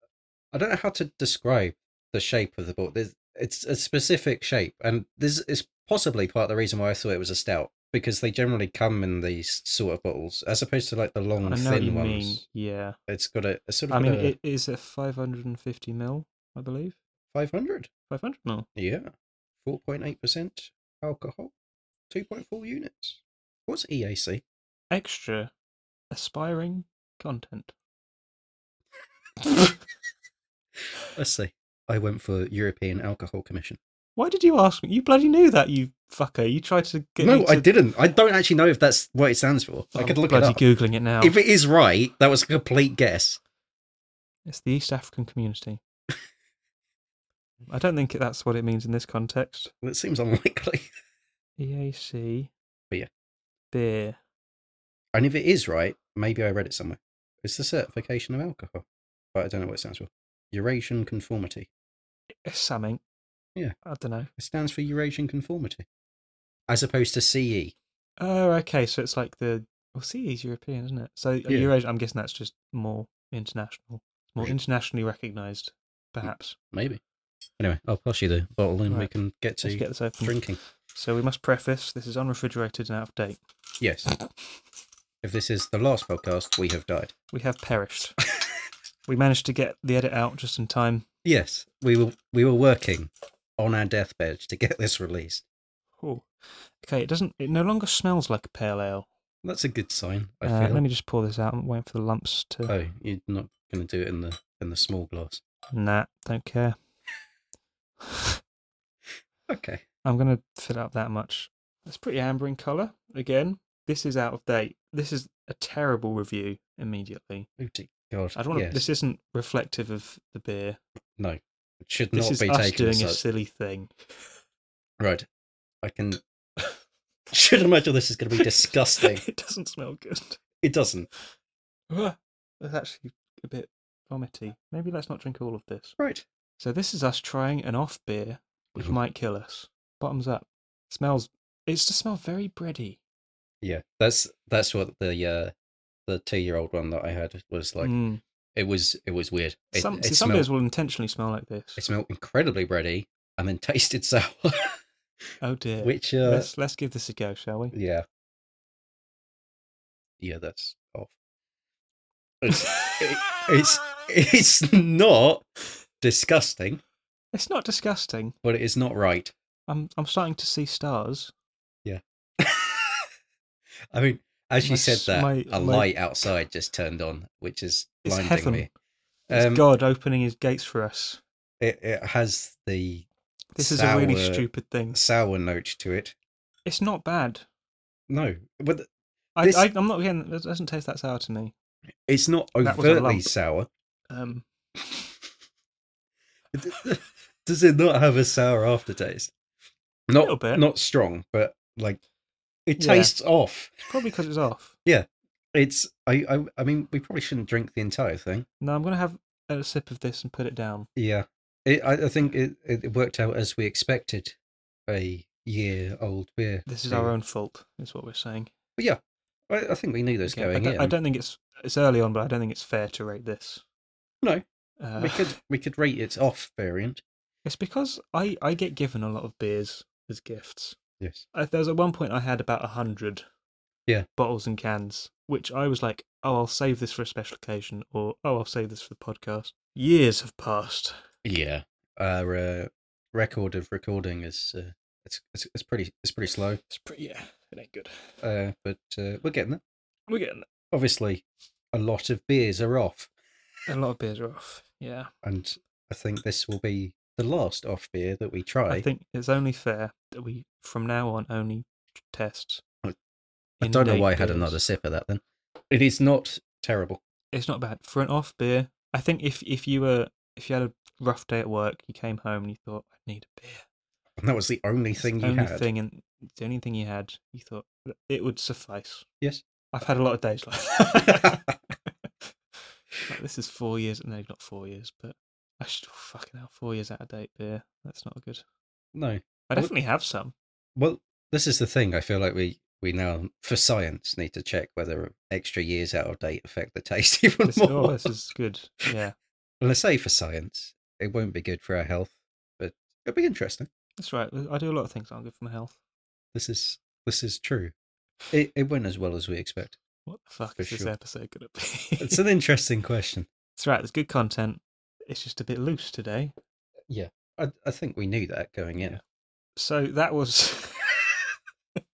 Speaker 2: I don't know how to describe the shape of the bottle. There's, it's a specific shape, and this is possibly part of the reason why I thought it was a stout because they generally come in these sort of bottles as opposed to like the long
Speaker 1: I know what
Speaker 2: thin
Speaker 1: you
Speaker 2: ones.
Speaker 1: mean. Yeah.
Speaker 2: It's got a, a sort of
Speaker 1: I mean,
Speaker 2: got a
Speaker 1: it is a 550 mil, I believe.
Speaker 2: 500.
Speaker 1: 500 mil.
Speaker 2: Yeah, four point eight percent alcohol, two point four units. What's E EAC?
Speaker 1: extra aspiring
Speaker 2: *laughs*
Speaker 1: content.
Speaker 2: Let's see. I went for European Alcohol Commission.
Speaker 1: Why did you ask me? You bloody knew that, you fucker. You tried to get me
Speaker 2: no,
Speaker 1: to...
Speaker 2: I didn't. I don't actually know if that's what it stands for. I
Speaker 1: I'm
Speaker 2: could look it
Speaker 1: bloody
Speaker 2: up.
Speaker 1: googling it now.
Speaker 2: If it is right, that was a complete guess.
Speaker 1: It's the East African community. I don't think that's what it means in this context.
Speaker 2: Well, It seems unlikely. *laughs*
Speaker 1: EAC.
Speaker 2: Beer.
Speaker 1: Beer.
Speaker 2: And if it is right, maybe I read it somewhere. It's the certification of alcohol, but I don't know what it stands for. Eurasian conformity.
Speaker 1: It's something.
Speaker 2: Yeah.
Speaker 1: I don't know.
Speaker 2: It stands for Eurasian conformity, as opposed to E. CE.
Speaker 1: Oh, okay. So it's like the. Well, see, he's European, isn't it? So
Speaker 2: Yeah.
Speaker 1: Eurasian, I'm guessing that's just more international, more
Speaker 2: Right.
Speaker 1: internationally recognised, perhaps.
Speaker 2: Maybe. Anyway, I'll pass you the bottle and we
Speaker 1: Right.
Speaker 2: can get to
Speaker 1: Let's get this open.
Speaker 2: drinking.
Speaker 1: So we must preface this is unrefrigerated and out of date. *laughs*
Speaker 2: Yes. If this is the last podcast, we have died.
Speaker 1: We have
Speaker 2: *laughs*
Speaker 1: perished. we managed to get the edit out just in time.
Speaker 2: Yes, we were we were working on our deathbed to get this released.
Speaker 1: Oh. Okay, it doesn't. It no longer smells like a pale ale.
Speaker 2: That's a good sign. I
Speaker 1: Uh,
Speaker 2: feel.
Speaker 1: let me just pour this out. I'm waiting for the lumps to.
Speaker 2: Oh, you're not going to do it in the in the small glass.
Speaker 1: Nah, don't care.
Speaker 2: Okay.
Speaker 1: I'm gonna fill it up that much. It's pretty amber in colour. Again, this is out of date. This is a terrible review immediately.
Speaker 2: Oh dear God!
Speaker 1: I don't want
Speaker 2: yes.
Speaker 1: this isn't reflective of the beer.
Speaker 2: No, it should
Speaker 1: This
Speaker 2: not
Speaker 1: is
Speaker 2: be
Speaker 1: us
Speaker 2: taken.
Speaker 1: doing
Speaker 2: as
Speaker 1: a
Speaker 2: such.
Speaker 1: silly thing.
Speaker 2: Right.
Speaker 1: *laughs*
Speaker 2: I can. Should imagine this is going to be disgusting.
Speaker 1: *laughs* it doesn't smell good.
Speaker 2: it doesn't.
Speaker 1: That's actually a bit vomity. Maybe let's not drink all of this.
Speaker 2: Right.
Speaker 1: So this is us trying an off beer, which
Speaker 2: Mhm.
Speaker 1: might kill us. Bottoms up. Smells. It's to smell very bready.
Speaker 2: Yeah. That's that's what the uh the two year old one that I had was like.
Speaker 1: Mm.
Speaker 2: It was it was weird. It,
Speaker 1: some
Speaker 2: it
Speaker 1: see, some
Speaker 2: smelled,
Speaker 1: beers will intentionally smell like this.
Speaker 2: it smelled incredibly bready and then *laughs* tasted sour.
Speaker 1: Oh dear.
Speaker 2: which uh
Speaker 1: let's let's give this a go, shall we?
Speaker 2: yeah. Yeah, that's off. *laughs*
Speaker 1: *laughs*
Speaker 2: It's, it- it's it's not disgusting,
Speaker 1: It's not disgusting.
Speaker 2: but it is not right. *laughs*
Speaker 1: I'm I'm starting to see stars.
Speaker 2: I mean, as you
Speaker 1: My
Speaker 2: said
Speaker 1: s-
Speaker 2: that,
Speaker 1: my-
Speaker 2: a
Speaker 1: my-
Speaker 2: light outside just turned on, which is
Speaker 1: It's
Speaker 2: blinding
Speaker 1: heaven.
Speaker 2: me.
Speaker 1: It's
Speaker 2: Um,
Speaker 1: God opening his gates for us.
Speaker 2: It, it has the
Speaker 1: This is a really
Speaker 2: sour-
Speaker 1: stupid thing.
Speaker 2: sour note to it.
Speaker 1: It's not bad.
Speaker 2: No, but th-
Speaker 1: I,
Speaker 2: This-
Speaker 1: I, I'm not getting. It doesn't taste that sour to me.
Speaker 2: it's not
Speaker 1: That was a
Speaker 2: overtly
Speaker 1: lump.
Speaker 2: sour.
Speaker 1: *laughs* Um,
Speaker 2: Does it not have a sour aftertaste? Not
Speaker 1: Little bit.
Speaker 2: not strong, but like it
Speaker 1: Yeah.
Speaker 2: tastes off.
Speaker 1: probably because it's off.
Speaker 2: It's I, I I mean we probably shouldn't drink the entire thing.
Speaker 1: No, I'm gonna have a sip of this and put it down.
Speaker 2: Yeah, it, I, I think it, it worked out as we expected. A year old beer.
Speaker 1: This is
Speaker 2: to-
Speaker 1: our own fault. Is what we're saying.
Speaker 2: But yeah, I, I think we knew this
Speaker 1: Okay, I,
Speaker 2: going
Speaker 1: don't,
Speaker 2: in.
Speaker 1: I don't think it's it's early on, but I don't think it's fair to rate this.
Speaker 2: No,
Speaker 1: Uh,
Speaker 2: we could we could rate its off variant.
Speaker 1: *laughs* It's because I I get given a lot of beers as gifts.
Speaker 2: Yes.
Speaker 1: I, there was at one point I had about a hundred,
Speaker 2: Yeah.
Speaker 1: bottles and cans, which I was like, oh, I'll save this for a special occasion, or oh, I'll save this for the podcast. Years have passed.
Speaker 2: Yeah. Our uh, record of recording is uh, it's, it's it's pretty it's pretty slow,
Speaker 1: It's pretty yeah, it ain't good.
Speaker 2: uh, but uh, we're getting there.
Speaker 1: We're getting
Speaker 2: Obviously, a lot of beers are off,
Speaker 1: there. a lot of beers are off. Yeah,
Speaker 2: and I think this will be the last off beer that we try.
Speaker 1: I think it's only fair that we from now on only test.
Speaker 2: I don't know
Speaker 1: in-date
Speaker 2: why I had
Speaker 1: beers.
Speaker 2: another sip of that. Then it is not terrible.
Speaker 1: it's not bad for an off beer. I think if if you were if you had a rough day at work, you came home and you thought, I need a beer.
Speaker 2: And that was the only
Speaker 1: It's
Speaker 2: thing
Speaker 1: the
Speaker 2: you
Speaker 1: only
Speaker 2: had.
Speaker 1: thing and it's the only thing you had. You thought that it would suffice.
Speaker 2: Yes.
Speaker 1: I've had a lot of days
Speaker 2: *laughs*
Speaker 1: like that. *laughs* Like, this is four years, no, not four years, but I should oh, fucking hell, four years out of date beer. That's not good.
Speaker 2: *laughs* no.
Speaker 1: I
Speaker 2: Well-
Speaker 1: definitely have
Speaker 2: *laughs*
Speaker 1: some.
Speaker 2: Well, this is the thing. I feel like we we now, for science, need to check whether extra years out of date affect the taste *laughs* even
Speaker 1: This,
Speaker 2: more.
Speaker 1: oh, this is good. Yeah,
Speaker 2: And I say for science, it won't be good for our health, but it'll be interesting.
Speaker 1: that's right. uh, I do a lot of things that aren't good for my health.
Speaker 2: This is this is true. It it went as well as we expect.
Speaker 1: What the fuck
Speaker 2: For
Speaker 1: is this
Speaker 2: sure.
Speaker 1: episode gonna be? *laughs*
Speaker 2: It's an interesting question.
Speaker 1: that's right. There's good content. It's just a bit loose today.
Speaker 2: I I think we knew that going in.
Speaker 1: So that was. *laughs*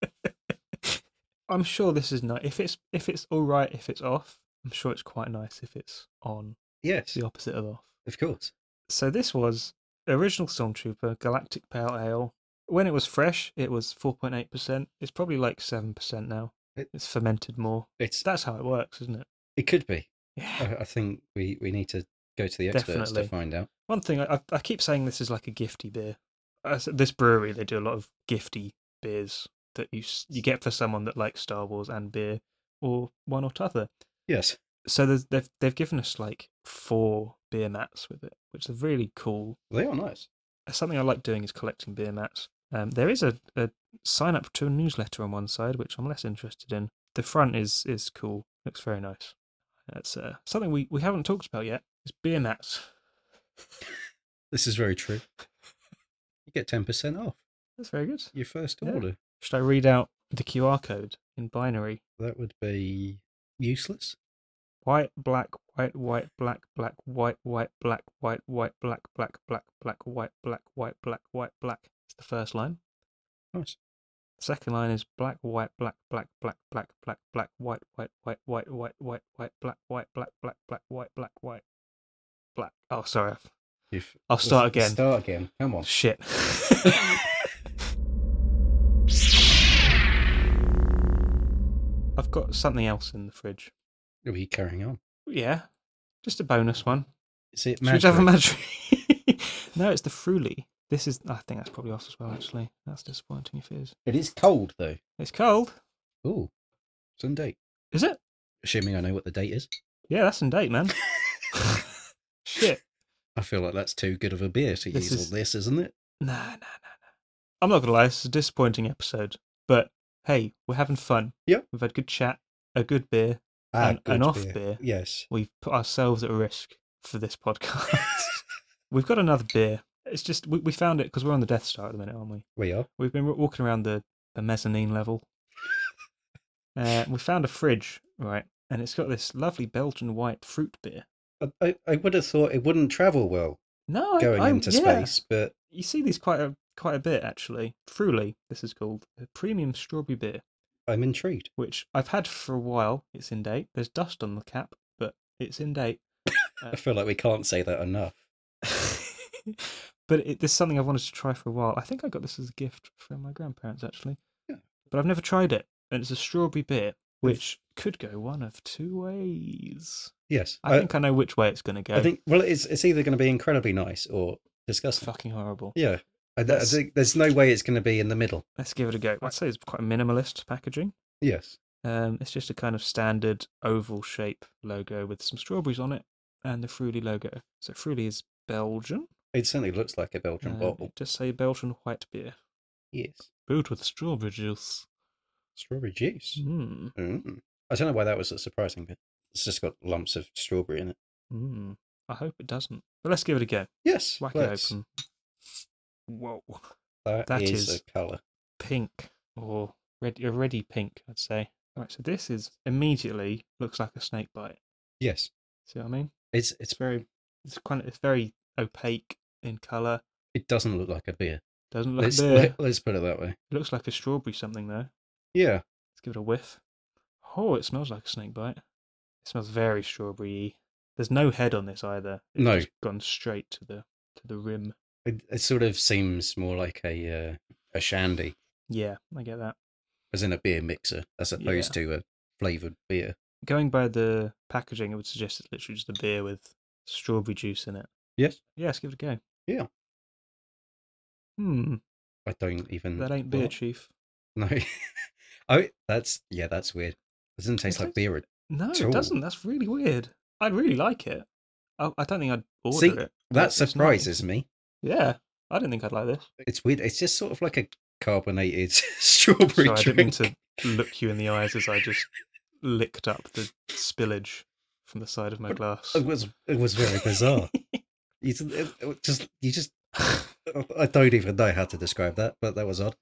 Speaker 1: I'm sure this is nice. If it's if it's all right, if it's off, I'm sure it's quite nice. If it's on, it's
Speaker 2: Yes,
Speaker 1: the opposite of off.
Speaker 2: of course.
Speaker 1: So this was original Stormtrooper Galactic Pale Ale. When it was fresh, it was 4.8%. It's probably like 7% now.
Speaker 2: It-
Speaker 1: It's fermented more.
Speaker 2: It's
Speaker 1: That's how it works, isn't it?
Speaker 2: it could be.
Speaker 1: Yeah.
Speaker 2: I, I think we we need to go to the experts
Speaker 1: Definitely.
Speaker 2: to find out.
Speaker 1: One thing I, I- I keep saying this is like a gifty beer. Uh, so this brewery they do a lot of gifty beers that you s- you get for someone that likes Star Wars and beer or one or t'other.
Speaker 2: Yes.
Speaker 1: So there's, they've they've given us like four beer mats with it, which are really cool. Uh,
Speaker 2: They are nice.
Speaker 1: Something I like doing is collecting beer mats. Um, there is a, a sign up to a newsletter on one side, which I'm less interested in. The front is is cool, looks very nice. That's uh, something we, we haven't talked about yet. Is beer mats.
Speaker 2: This is very true. You get ten percent off
Speaker 1: That's very good.
Speaker 2: your first
Speaker 1: Yeah.
Speaker 2: order.
Speaker 1: Should I read out the QR code in binary?
Speaker 2: That would be useless.
Speaker 1: White, black, white, white, black, black, white, white, black, white, white, black, black, black, black, white, black, white, black, white, black. It's the first line.
Speaker 2: Nice.
Speaker 1: Second line is black, white, black, black, black, black, black, black, white, white, white, white, white, white, white, black, white, black, black, black, white, black, white, black. Oh, sorry. I've-
Speaker 2: You've-
Speaker 1: I'll start again.
Speaker 2: Let's- let's Start again. Come
Speaker 1: *laughs*
Speaker 2: on.
Speaker 1: Shit. I've I've got something else in the fridge.
Speaker 2: Are we carrying on?
Speaker 1: Yeah, just a bonus one.
Speaker 2: Is it
Speaker 1: Should we have a
Speaker 2: Madrid?
Speaker 1: Madrid? *laughs* no, it's the Fruly. This is. I think that's probably off as well. Actually, that's disappointing if it is.
Speaker 2: It is cold though.
Speaker 1: It's cold.
Speaker 2: Ooh, it's on date.
Speaker 1: Is it?
Speaker 2: Assuming I know what the date is.
Speaker 1: Yeah, that's in date, man. Shit.
Speaker 2: I feel like that's too good of a beer to
Speaker 1: This
Speaker 2: use
Speaker 1: is-
Speaker 2: on this, isn't it?
Speaker 1: Nah, nah, nah, nah. I'm not gonna lie. This is a disappointing episode, but hey, we're having fun.
Speaker 2: Yep.
Speaker 1: We've had good chat, a good beer. An-
Speaker 2: good
Speaker 1: an off beer.
Speaker 2: Yes.
Speaker 1: We've put ourselves at risk for this podcast. We've got another beer. It's just we, we found it because we're on the Death Star at the minute, aren't we?
Speaker 2: We are.
Speaker 1: We've been walking around the, the mezzanine
Speaker 2: *laughs*
Speaker 1: level. Uh, we found a fridge, right, and it's got this lovely Belgian white fruit beer.
Speaker 2: I- I, I would have thought it wouldn't travel well
Speaker 1: No, I-
Speaker 2: going
Speaker 1: I'm-
Speaker 2: into
Speaker 1: yeah.
Speaker 2: space, but
Speaker 1: You see these quite a quite a bit actually. Fruly, this is called a premium strawberry beer,
Speaker 2: I'm intrigued.
Speaker 1: which I've had for a while. It's in date. There's dust on the cap, but it's in date.
Speaker 2: I feel like we can't say that enough.
Speaker 1: *laughs* but it, this is something I've wanted to try for a while. I think I got this as a gift from my grandparents actually,
Speaker 2: Yeah.
Speaker 1: but I've never tried it. And it's a strawberry beer, which could go one of two ways.
Speaker 2: Yes.
Speaker 1: I, think I know which way it's going to go.
Speaker 2: I think well, it's it's either going to be incredibly nice or
Speaker 1: it's
Speaker 2: disgusting.
Speaker 1: fucking horrible.
Speaker 2: Yeah. I, I
Speaker 1: That's-
Speaker 2: think there's no way it's going to be in the middle.
Speaker 1: Let's give it a go. I'd say it's quite minimalist packaging.
Speaker 2: Yes.
Speaker 1: Um, it's just a kind of standard oval shape logo with some strawberries on it and the Fruity logo. So Fruity is Belgian.
Speaker 2: It certainly looks like a Belgian
Speaker 1: Um,
Speaker 2: bottle.
Speaker 1: Just say Belgian white beer,
Speaker 2: Yes.
Speaker 1: brewed with strawberry juice.
Speaker 2: Strawberry juice.
Speaker 1: Mm,
Speaker 2: Mm. I don't know why that was a surprising bit. It's just got lumps of strawberry in it.
Speaker 1: mm. I hope it doesn't. But let's give it a go.
Speaker 2: Yes.
Speaker 1: Whack
Speaker 2: let's.
Speaker 1: it open. Whoa.
Speaker 2: that
Speaker 1: That
Speaker 2: is,
Speaker 1: is-
Speaker 2: a colour.
Speaker 1: Pink or red, a reddy pink, I'd say. Right, so this is immediately looks like a snake bite.
Speaker 2: Yes.
Speaker 1: See what I mean?
Speaker 2: It's
Speaker 1: It's
Speaker 2: it's
Speaker 1: very, it's kind of, it's very opaque in color.
Speaker 2: it doesn't look like a beer.
Speaker 1: Doesn't look
Speaker 2: let's,
Speaker 1: there.
Speaker 2: let- let's put it that way.
Speaker 1: It looks like a strawberry something though.
Speaker 2: Yeah.
Speaker 1: Let's give it a whiff. Oh, it smells like a snake bite. It smells very strawberry. There's no head on this either. It's
Speaker 2: No.
Speaker 1: just gone straight to the to the rim.
Speaker 2: It, it sort of seems more like a uh, a shandy,
Speaker 1: Yeah, I get that.
Speaker 2: as in a beer mixer, as opposed to a flavoured beer.
Speaker 1: Going by the packaging, I would suggest it's literally just a beer with strawberry juice in it.
Speaker 2: Yes.
Speaker 1: Yeah, let's give it a go.
Speaker 2: Yeah.
Speaker 1: Hmm.
Speaker 2: I don't even.
Speaker 1: That ain't beer,
Speaker 2: what?
Speaker 1: Chief.
Speaker 2: *laughs* No. oh, that's yeah, that's weird. It doesn't taste
Speaker 1: It
Speaker 2: like beer. at-
Speaker 1: No,
Speaker 2: Cool.
Speaker 1: it doesn't. That's really weird. I'd really like it. I, I don't think I'd order
Speaker 2: See,
Speaker 1: it. but
Speaker 2: That
Speaker 1: it's nice.
Speaker 2: surprises me.
Speaker 1: Yeah. I don't think I'd like this.
Speaker 2: It's weird. It's just sort of like a carbonated *laughs* strawberry
Speaker 1: Sorry, I didn't mean
Speaker 2: drink.
Speaker 1: to look you in the eyes
Speaker 2: *laughs*
Speaker 1: as I just licked up the spillage from the side of my glass.
Speaker 2: It was it was very bizarre. you just, it- it just you just I don't even know how to describe that, but that was odd.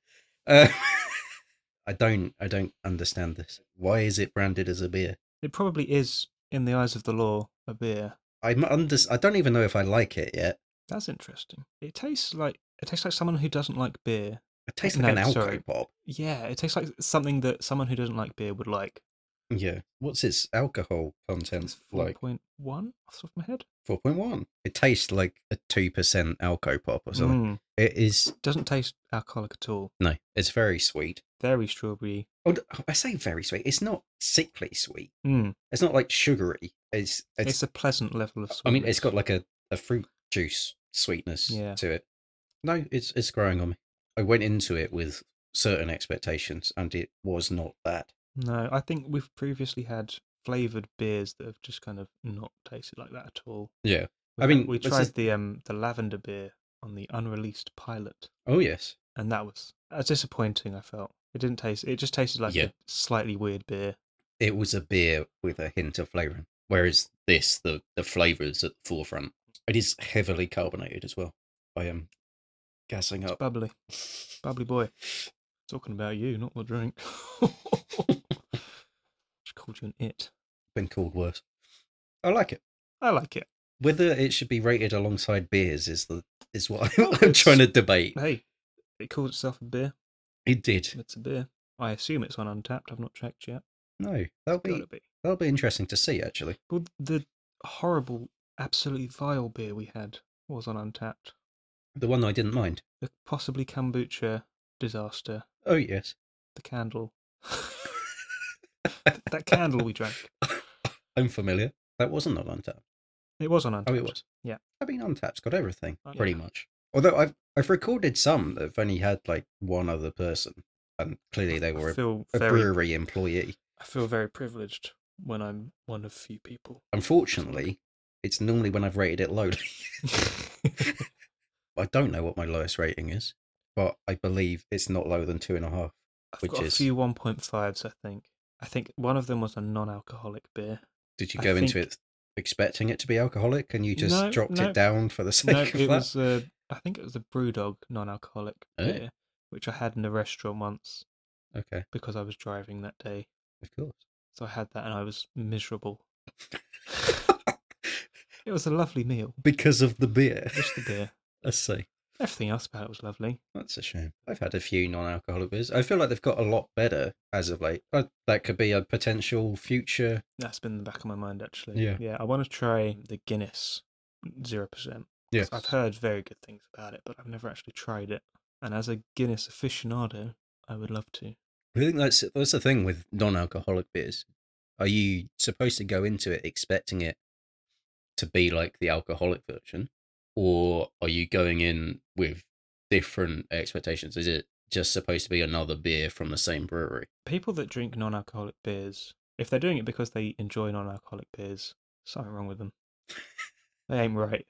Speaker 2: Uh, *laughs* I don't I don't understand this. Why is it branded as a beer?
Speaker 1: *laughs* It probably is, in the eyes of the law, a beer.
Speaker 2: I'm under, I don't even know if I like it yet.
Speaker 1: That's interesting. It tastes like it tastes like someone who doesn't like beer.
Speaker 2: It tastes like
Speaker 1: No,
Speaker 2: an
Speaker 1: sorry.
Speaker 2: alco pop.
Speaker 1: Yeah, it tastes like something that someone who doesn't like beer would like.
Speaker 2: Yeah. What's its alcohol content
Speaker 1: It's four
Speaker 2: like?
Speaker 1: point one off the top of my head.
Speaker 2: Four point one. It tastes like a two percent alco pop or something.
Speaker 1: Mm,
Speaker 2: It is
Speaker 1: doesn't taste alcoholic at all.
Speaker 2: no. It's very sweet.
Speaker 1: Very strawberry.
Speaker 2: Oh, d- I say very sweet. It's not sickly sweet.
Speaker 1: Mm,
Speaker 2: It's not like sugary. It's
Speaker 1: it's,
Speaker 2: it's.
Speaker 1: a pleasant level of sweetness.
Speaker 2: I mean, it's got like a, a fruit juice sweetness
Speaker 1: Yeah.
Speaker 2: to it. No, it's it's growing on me. I went into it with certain expectations, and it was not that.
Speaker 1: No, I think we've previously had flavored beers that have just kind of not tasted like that at all.
Speaker 2: Yeah.
Speaker 1: We
Speaker 2: I
Speaker 1: had-
Speaker 2: mean,
Speaker 1: we
Speaker 2: this
Speaker 1: tried
Speaker 2: is-
Speaker 1: the um the lavender beer on the unreleased pilot,
Speaker 2: Oh yes.
Speaker 1: and that was uh, disappointing. I felt it didn't taste. It just tasted like
Speaker 2: Yeah.
Speaker 1: a slightly weird beer.
Speaker 2: it was a beer with a hint of flavouring. Whereas this, the the flavour is at the forefront. It is heavily carbonated as well. I am gassing
Speaker 1: It's
Speaker 2: up.
Speaker 1: bubbly, bubbly boy. Talking about you, not the drink. *laughs* just called you an it.
Speaker 2: Been called worse. I like it.
Speaker 1: I like it.
Speaker 2: Whether it should be rated alongside beers is the is what *laughs*
Speaker 1: Well,
Speaker 2: I'm, I'm trying to
Speaker 1: it's-
Speaker 2: debate.
Speaker 1: Hey, it calls itself a beer.
Speaker 2: It did.
Speaker 1: It's a beer. I assume it's on Untapped. I've not checked yet.
Speaker 2: No, that'll be
Speaker 1: Gotta be.
Speaker 2: that'll be interesting to see. Actually,
Speaker 1: Well, the horrible, absolutely vile beer we had was on Untapped.
Speaker 2: the one I didn't mind.
Speaker 1: The possibly kombucha disaster.
Speaker 2: Oh yes,
Speaker 1: The candle. that candle we drank.
Speaker 2: I'm familiar. That wasn't on Untap.
Speaker 1: It was on
Speaker 2: Oh,
Speaker 1: Untapped.
Speaker 2: it was.
Speaker 1: Yeah.
Speaker 2: I mean, Untap's got everything
Speaker 1: Oh,
Speaker 2: pretty
Speaker 1: yeah.
Speaker 2: much. Although I've I've recorded some that have only had like one other person, and clearly they were
Speaker 1: I
Speaker 2: a,
Speaker 1: feel
Speaker 2: a
Speaker 1: very,
Speaker 2: brewery employee.
Speaker 1: I feel very privileged when I'm one of few people.
Speaker 2: Unfortunately, it's normally when I've rated it lowly. *laughs*
Speaker 1: *laughs*
Speaker 2: I don't know what my lowest rating is, but I believe it's not lower than two and a half.
Speaker 1: I've
Speaker 2: Which
Speaker 1: got
Speaker 2: is-
Speaker 1: a few 1.5s, I think. I think one of them was a non-alcoholic
Speaker 2: *laughs*
Speaker 1: beer.
Speaker 2: Did you
Speaker 1: I
Speaker 2: go into
Speaker 1: think-
Speaker 2: it expecting it to be alcoholic, and you just
Speaker 1: No,
Speaker 2: dropped
Speaker 1: no.
Speaker 2: it down for the *laughs* sake
Speaker 1: no,
Speaker 2: of
Speaker 1: it
Speaker 2: that?
Speaker 1: was. Uh, I think it was a BrewDog non-alcoholic
Speaker 2: Oh.
Speaker 1: beer, which I had in a restaurant once
Speaker 2: Okay,
Speaker 1: because I was driving that day.
Speaker 2: of course.
Speaker 1: So I had that and I was miserable. It was a lovely meal,
Speaker 2: because of the beer. *laughs*
Speaker 1: just the beer.
Speaker 2: I see.
Speaker 1: Everything else about it was lovely.
Speaker 2: That's a shame. I've had a few non-alcoholic beers. I feel like they've got a lot better as of late. Uh, That could be a potential future.
Speaker 1: That's been in the back of my mind actually.
Speaker 2: Yeah.
Speaker 1: Yeah. I want to try the Guinness zero percent.
Speaker 2: Yeah,
Speaker 1: I've heard very good things about it, but I've never actually tried it. And as a Guinness aficionado, I would love to.
Speaker 2: I think that's that's the thing with non-alcoholic beers. Are you supposed to go into it expecting it to be like the alcoholic version, or are you going in with different expectations? Is it just supposed to be another beer from the same brewery?
Speaker 1: People that drink non alcoholic beers, if they're doing it because they enjoy non alcoholic beers, something wrong with them.
Speaker 2: *laughs*
Speaker 1: they ain't right.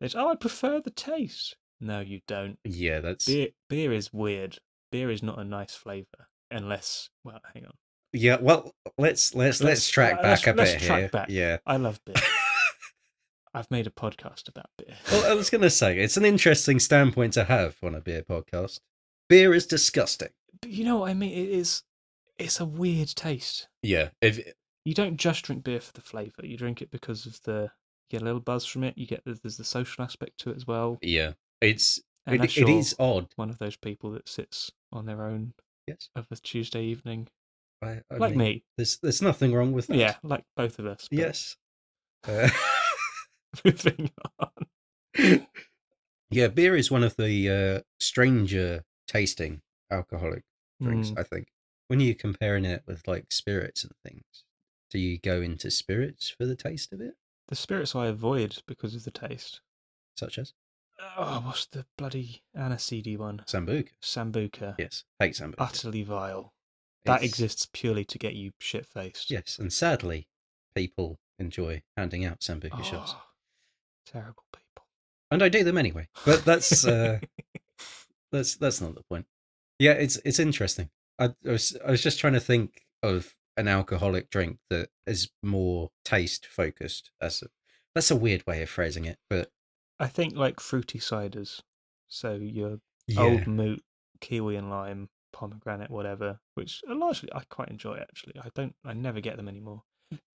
Speaker 1: It's oh I prefer the taste. No, you don't.
Speaker 2: Yeah, that's
Speaker 1: Beer beer is weird. Beer is not a nice flavour unless well, hang on.
Speaker 2: yeah. Well, let's let's let's,
Speaker 1: Let's-
Speaker 2: track
Speaker 1: uh,
Speaker 2: back
Speaker 1: let's-
Speaker 2: a bit
Speaker 1: let's track
Speaker 2: here.
Speaker 1: back.
Speaker 2: Yeah.
Speaker 1: I love beer. *laughs* I've made a podcast about beer.
Speaker 2: Well, I was going to say it's an interesting standpoint to have on a beer podcast. Beer is disgusting.
Speaker 1: but you know what I mean? It is it's a weird taste.
Speaker 2: Yeah, if
Speaker 1: You don't just drink beer for the flavour. You drink it because of the you get a little buzz from it. You get there's, there's the social aspect to it as well.
Speaker 2: yeah, it's
Speaker 1: And
Speaker 2: it,
Speaker 1: that's
Speaker 2: it
Speaker 1: your-
Speaker 2: is odd.
Speaker 1: one of those people that sits on their own
Speaker 2: Yes,
Speaker 1: of a Tuesday evening,
Speaker 2: I, I
Speaker 1: like
Speaker 2: mean,
Speaker 1: me.
Speaker 2: There's there's nothing wrong with that.
Speaker 1: Yeah, like both of us. but
Speaker 2: Yes. Uh,
Speaker 1: *laughs*
Speaker 2: *laughs*
Speaker 1: Moving on.
Speaker 2: yeah, beer is one of the uh, stranger tasting alcoholic drinks.
Speaker 1: Mm,
Speaker 2: I think when you're comparing it with like spirits and things, do you go into spirits for the taste of it,
Speaker 1: the spirits I avoid because of the taste.
Speaker 2: such as
Speaker 1: Oh, what's the bloody aniseedy one?
Speaker 2: sambuca?
Speaker 1: Sambuca.
Speaker 2: Yes, hate sambuca.
Speaker 1: Utterly vile. That
Speaker 2: It's-
Speaker 1: exists purely to get you shit faced.
Speaker 2: Yes, and sadly, people enjoy handing out sambuca shots,
Speaker 1: Ah. Terrible people.
Speaker 2: and I do them anyway.
Speaker 1: *laughs*
Speaker 2: But that's uh, that's that's not the point. Yeah, it's it's interesting. I, I was I was just trying to think of an alcoholic drink that is more taste focused. That's a, that's a weird way of phrasing it, but
Speaker 1: I think like fruity ciders. So your
Speaker 2: yeah,
Speaker 1: old moot, kiwi and lime, pomegranate, whatever, which are largely I quite enjoy actually. I don't I never get them anymore.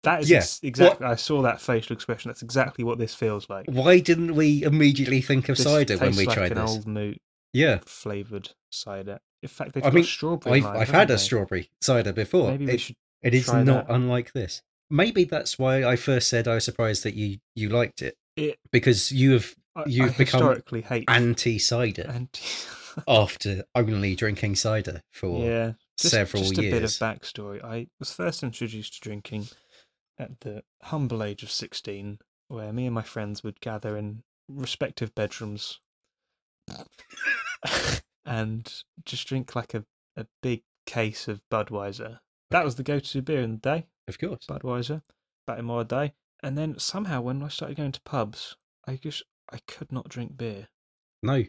Speaker 1: That is
Speaker 2: Yeah.
Speaker 1: ex- exactly I saw that facial expression. That's exactly what this feels like.
Speaker 2: why didn't we immediately think of
Speaker 1: This
Speaker 2: cider when
Speaker 1: tastes
Speaker 2: we
Speaker 1: like
Speaker 2: tried
Speaker 1: an
Speaker 2: this?
Speaker 1: old moot
Speaker 2: Yeah,
Speaker 1: flavored cider. In fact, they've
Speaker 2: I
Speaker 1: got
Speaker 2: mean,
Speaker 1: strawberry.
Speaker 2: I've
Speaker 1: lime,
Speaker 2: I've had
Speaker 1: haven't
Speaker 2: a
Speaker 1: they?
Speaker 2: strawberry cider before.
Speaker 1: Maybe we
Speaker 2: It-
Speaker 1: should.
Speaker 2: It is
Speaker 1: Try
Speaker 2: not
Speaker 1: that.
Speaker 2: unlike this. Maybe that's why I first said I was surprised that you you liked it,
Speaker 1: It-
Speaker 2: because
Speaker 1: *laughs*
Speaker 2: you have
Speaker 1: I, I
Speaker 2: you've become
Speaker 1: historically hate *laughs*
Speaker 2: anti cider
Speaker 1: and
Speaker 2: *laughs* after only drinking cider
Speaker 1: *laughs*
Speaker 2: for
Speaker 1: yeah. Just,
Speaker 2: several
Speaker 1: just a
Speaker 2: years.
Speaker 1: bit of backstory. I was first introduced to drinking at the humble age of 16, where me and my friends would gather in respective bedrooms *laughs* and just drink like a, a big case of Budweiser. That was the go to beer in the day,
Speaker 2: Of course,
Speaker 1: Budweiser, back in my day. And then somehow when I started going to pubs, I just I could not drink beer.
Speaker 2: no,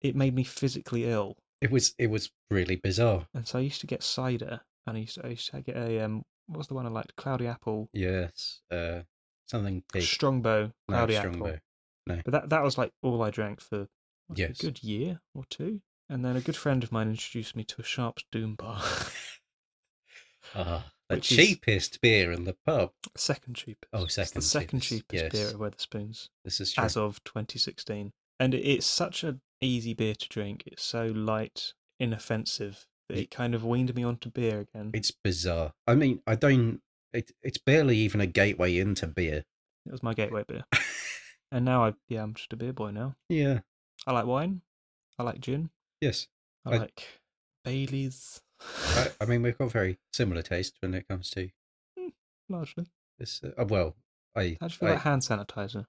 Speaker 1: It made me physically ill.
Speaker 2: it was it was really bizarre.
Speaker 1: And so I used to get cider, and I used to, I used to get a um, what was the one I liked? Cloudy apple,
Speaker 2: Yes, uh, something big.
Speaker 1: strongbow,
Speaker 2: No,
Speaker 1: cloudy
Speaker 2: Strongbow.
Speaker 1: apple. But that that was like all I drank for what,
Speaker 2: Yes.
Speaker 1: a good year or two. And then a good friend of mine introduced me to a Sharps Doom Bar,
Speaker 2: Ah, the
Speaker 1: Which is-
Speaker 2: cheapest beer in the pub.
Speaker 1: *laughs* second cheapest.
Speaker 2: Oh,
Speaker 1: It's the
Speaker 2: second
Speaker 1: second
Speaker 2: cheapest,
Speaker 1: cheapest, beer
Speaker 2: yes.
Speaker 1: at Weatherspoons
Speaker 2: This is true.
Speaker 1: as of 2016, and it, it's such an easy beer to drink. It's so light, inoffensive that
Speaker 2: Ye-
Speaker 1: it kind of weaned me onto beer again.
Speaker 2: It's bizarre. I mean, I don't. It, it's barely even a gateway into beer.
Speaker 1: It was my gateway
Speaker 2: *laughs*
Speaker 1: beer, and now I yeah I'm just a beer boy now.
Speaker 2: Yeah.
Speaker 1: I like wine. I like gin.
Speaker 2: Yes.
Speaker 1: I,
Speaker 2: I-
Speaker 1: like Bailey's.
Speaker 2: I, I mean, we've got very similar taste when it comes to
Speaker 1: *laughs* Largely.
Speaker 2: this. Uh, oh, well, I
Speaker 1: How do you feel
Speaker 2: I,
Speaker 1: about hand sanitizer?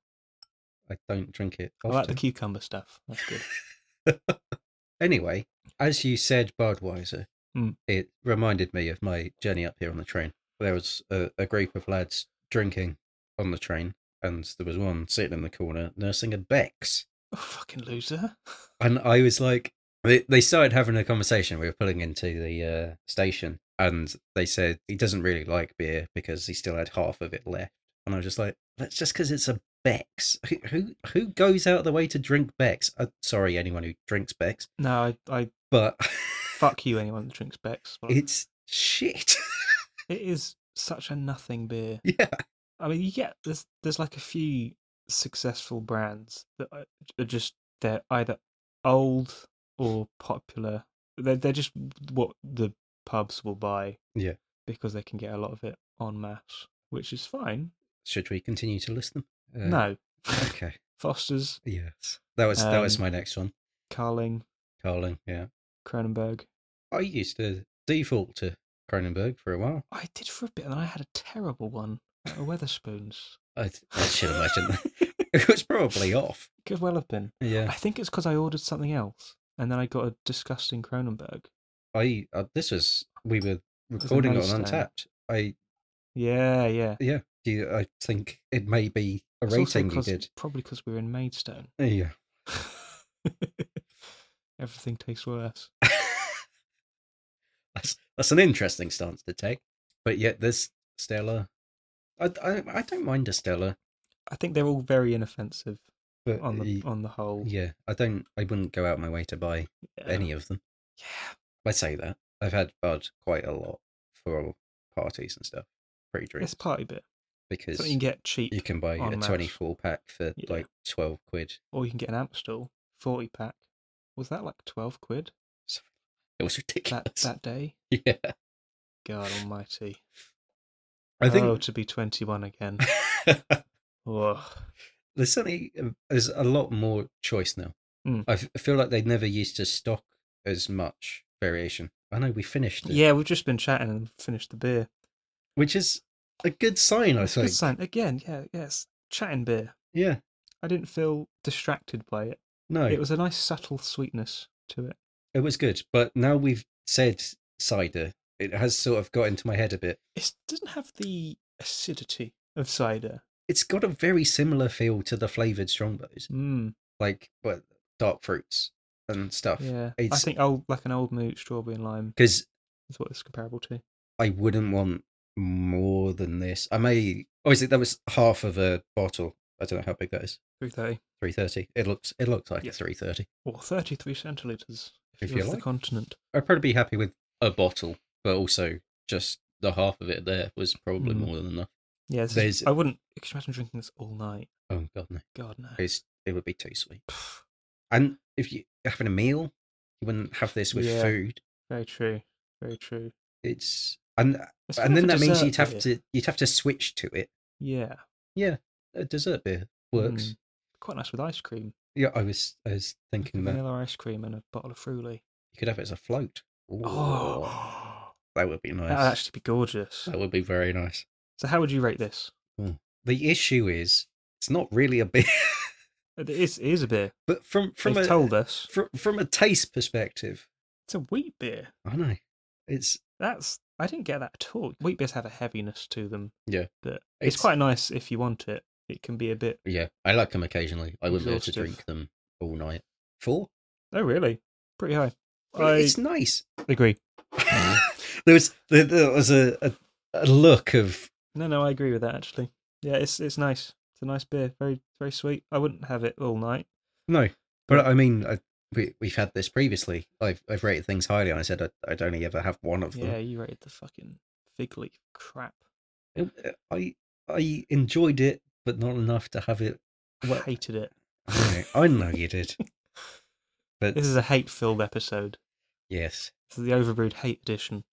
Speaker 2: I don't drink it
Speaker 1: I like the
Speaker 2: often.
Speaker 1: cucumber stuff. That's good. *laughs*
Speaker 2: anyway, as you said, Budweiser,
Speaker 1: Hmm.
Speaker 2: it reminded me of my journey up here on the train. There was a, a group of lads drinking on the train, and there was one sitting in the corner nursing a Bex.
Speaker 1: Oh, fucking loser.
Speaker 2: And I was like, they, they started having a conversation. We were pulling into the uh, station, and they said he doesn't really like beer because he still had half of it left. And I was just like, that's just because it's a Bex. Who, who who goes out of the way to drink Bex? Uh, sorry, anyone who drinks Bex,
Speaker 1: No, I, I
Speaker 2: but
Speaker 1: fuck you. Anyone that drinks Beck's. Well,
Speaker 2: it's shit. *laughs*
Speaker 1: it is such a nothing beer.
Speaker 2: yeah,
Speaker 1: I mean, you get there's there's like a few successful brands that are are just they're either old or popular. They're they're just what the pubs will buy.
Speaker 2: Yeah.
Speaker 1: because they can get a lot of it en masse, which is fine.
Speaker 2: should we continue to list them? Uh,
Speaker 1: no,
Speaker 2: Okay.
Speaker 1: Foster's,
Speaker 2: Yes. That was that was
Speaker 1: Um,
Speaker 2: my next one.
Speaker 1: Carling,
Speaker 2: Carling. Yeah.
Speaker 1: Cronenberg.
Speaker 2: I used to default to Cronenberg for a while.
Speaker 1: I did for a bit, and then I had a terrible one. at Weatherspoons.
Speaker 2: I, I should imagine *laughs* that. it was probably off.
Speaker 1: *laughs* Could well have been.
Speaker 2: Yeah.
Speaker 1: I think it's because I ordered something else, and then I got a disgusting Cronenberg.
Speaker 2: I uh, this was we were
Speaker 1: was a uh
Speaker 2: recording it on
Speaker 1: milestone.
Speaker 2: Untapped. I
Speaker 1: Yeah, yeah.
Speaker 2: yeah. Do you, I think it may be a
Speaker 1: It's also
Speaker 2: rating you
Speaker 1: 'cause-
Speaker 2: did.
Speaker 1: Probably because we're in Maidstone. *laughs*
Speaker 2: Yeah. *laughs*
Speaker 1: Everything tastes worse.
Speaker 2: that's that's an interesting stance to take. But yet this Stella, I I, I don't mind a Stella.
Speaker 1: I think they're all very inoffensive
Speaker 2: But
Speaker 1: on the
Speaker 2: y-
Speaker 1: on the whole.
Speaker 2: yeah, I don't. I wouldn't go out my way to buy
Speaker 1: Yeah.
Speaker 2: any of them.
Speaker 1: Yeah.
Speaker 2: I say that I've had Bud quite a lot for parties and stuff, pre
Speaker 1: It's
Speaker 2: drinks,
Speaker 1: party bit.
Speaker 2: because
Speaker 1: Something you can get cheap,
Speaker 2: you can buy
Speaker 1: en
Speaker 2: a
Speaker 1: masse.
Speaker 2: twenty four pack for
Speaker 1: Yeah.
Speaker 2: like twelve quid.
Speaker 1: or you can get an Amstel forty pack. Was that like twelve quid
Speaker 2: It was ridiculous. *laughs*
Speaker 1: that that day?
Speaker 2: yeah,
Speaker 1: God Almighty!
Speaker 2: I
Speaker 1: oh,
Speaker 2: think
Speaker 1: to be twenty one again. Oh, Whoa.
Speaker 2: *laughs* there's certainly there's a lot more choice now.
Speaker 1: Mm.
Speaker 2: I f- feel like they never used to stock as much variation. I know we finished it,
Speaker 1: Yeah, we've just been chatting and finished the beer.
Speaker 2: which is a good sign. I
Speaker 1: It's a good
Speaker 2: think.
Speaker 1: sign again. Yeah, yes, chatting beer.
Speaker 2: Yeah.
Speaker 1: I didn't feel distracted by it.
Speaker 2: No.
Speaker 1: It was a nice subtle sweetness to it.
Speaker 2: It was good, but now we've said cider, it has sort of got into my head a bit.
Speaker 1: It doesn't have the acidity of cider.
Speaker 2: It's got a very similar feel to the flavored strongbows,
Speaker 1: Mm,
Speaker 2: like but dark fruits and stuff.
Speaker 1: yeah, I
Speaker 2: It's-
Speaker 1: think old like an old moot, strawberry and lime
Speaker 2: Because
Speaker 1: is what it's comparable to.
Speaker 2: I wouldn't want more than this. I may. Oh, is it that was half of a bottle? I don't know how big that is.
Speaker 1: Three thirty
Speaker 2: Three thirty. It looks. It looks like
Speaker 1: Yeah.
Speaker 2: three thirty.
Speaker 1: or thirty three centiliters
Speaker 2: If
Speaker 1: if,
Speaker 2: you
Speaker 1: you're of
Speaker 2: like.
Speaker 1: the continent.
Speaker 2: I'd probably be happy with a bottle, but also just the half of it there was probably
Speaker 1: Mm.
Speaker 2: more than enough.
Speaker 1: Yeah, this is-
Speaker 2: There's-
Speaker 1: I wouldn't. Could you imagine drinking this all night?
Speaker 2: Oh God, no!
Speaker 1: God no.
Speaker 2: It's it would be
Speaker 1: *sighs*
Speaker 2: too sweet.
Speaker 1: Pff,
Speaker 2: And if you having a meal, you wouldn't have this with
Speaker 1: Yeah.
Speaker 2: food.
Speaker 1: Very true. Very true.
Speaker 2: It's and
Speaker 1: It's
Speaker 2: and
Speaker 1: more
Speaker 2: then
Speaker 1: of a
Speaker 2: that means
Speaker 1: dessert
Speaker 2: you'd have
Speaker 1: beer.
Speaker 2: to you'd have to switch to it.
Speaker 1: Yeah,
Speaker 2: A dessert beer works.
Speaker 1: Mm. quite nice with ice cream.
Speaker 2: Yeah, I was I was thinking that
Speaker 1: Vanilla ice cream and a bottle of Fruly.
Speaker 2: you could have it as a float. Ooh,
Speaker 1: Oh,
Speaker 2: that would be nice.
Speaker 1: that'd actually be gorgeous.
Speaker 2: That would be very nice.
Speaker 1: So, how would you rate this?
Speaker 2: The issue is it's not really a *laughs* beer,
Speaker 1: It is, it is a beer.
Speaker 2: but from from
Speaker 1: They've
Speaker 2: a
Speaker 1: told us
Speaker 2: from, from a taste perspective,
Speaker 1: it's a wheat beer.
Speaker 2: I know it's
Speaker 1: That's I didn't get that at all. Wheat beers have a heaviness to them.
Speaker 2: Yeah.
Speaker 1: that it's,
Speaker 2: It's-
Speaker 1: quite nice if you want it. It can be a bit.
Speaker 2: yeah. I like them occasionally. I wouldn't be able to
Speaker 1: Exhaustive.
Speaker 2: drink them all night. Four.
Speaker 1: Oh, really? Pretty high.
Speaker 2: But
Speaker 1: I
Speaker 2: It's nice.
Speaker 1: agree.
Speaker 2: there was there, there was a, a a look of
Speaker 1: *laughs* No, no, I agree with that actually. Yeah, it's it's nice. It's a nice beer. Very very sweet. I wouldn't have it all night.
Speaker 2: no, but I mean I, we we've had this previously. I've I've rated things highly, and I said I, I'd only ever have one of
Speaker 1: Yeah,
Speaker 2: them.
Speaker 1: you rated the fucking fig leaf crap.
Speaker 2: It- Uh, I I enjoyed it, but not enough to have it. Well-
Speaker 1: Hated
Speaker 2: *laughs*
Speaker 1: it.
Speaker 2: I know, I know you *laughs* did,
Speaker 1: *laughs*
Speaker 2: but
Speaker 1: This is a hate filled episode.
Speaker 2: yes,
Speaker 1: This is the Overbrewed Hate Edition.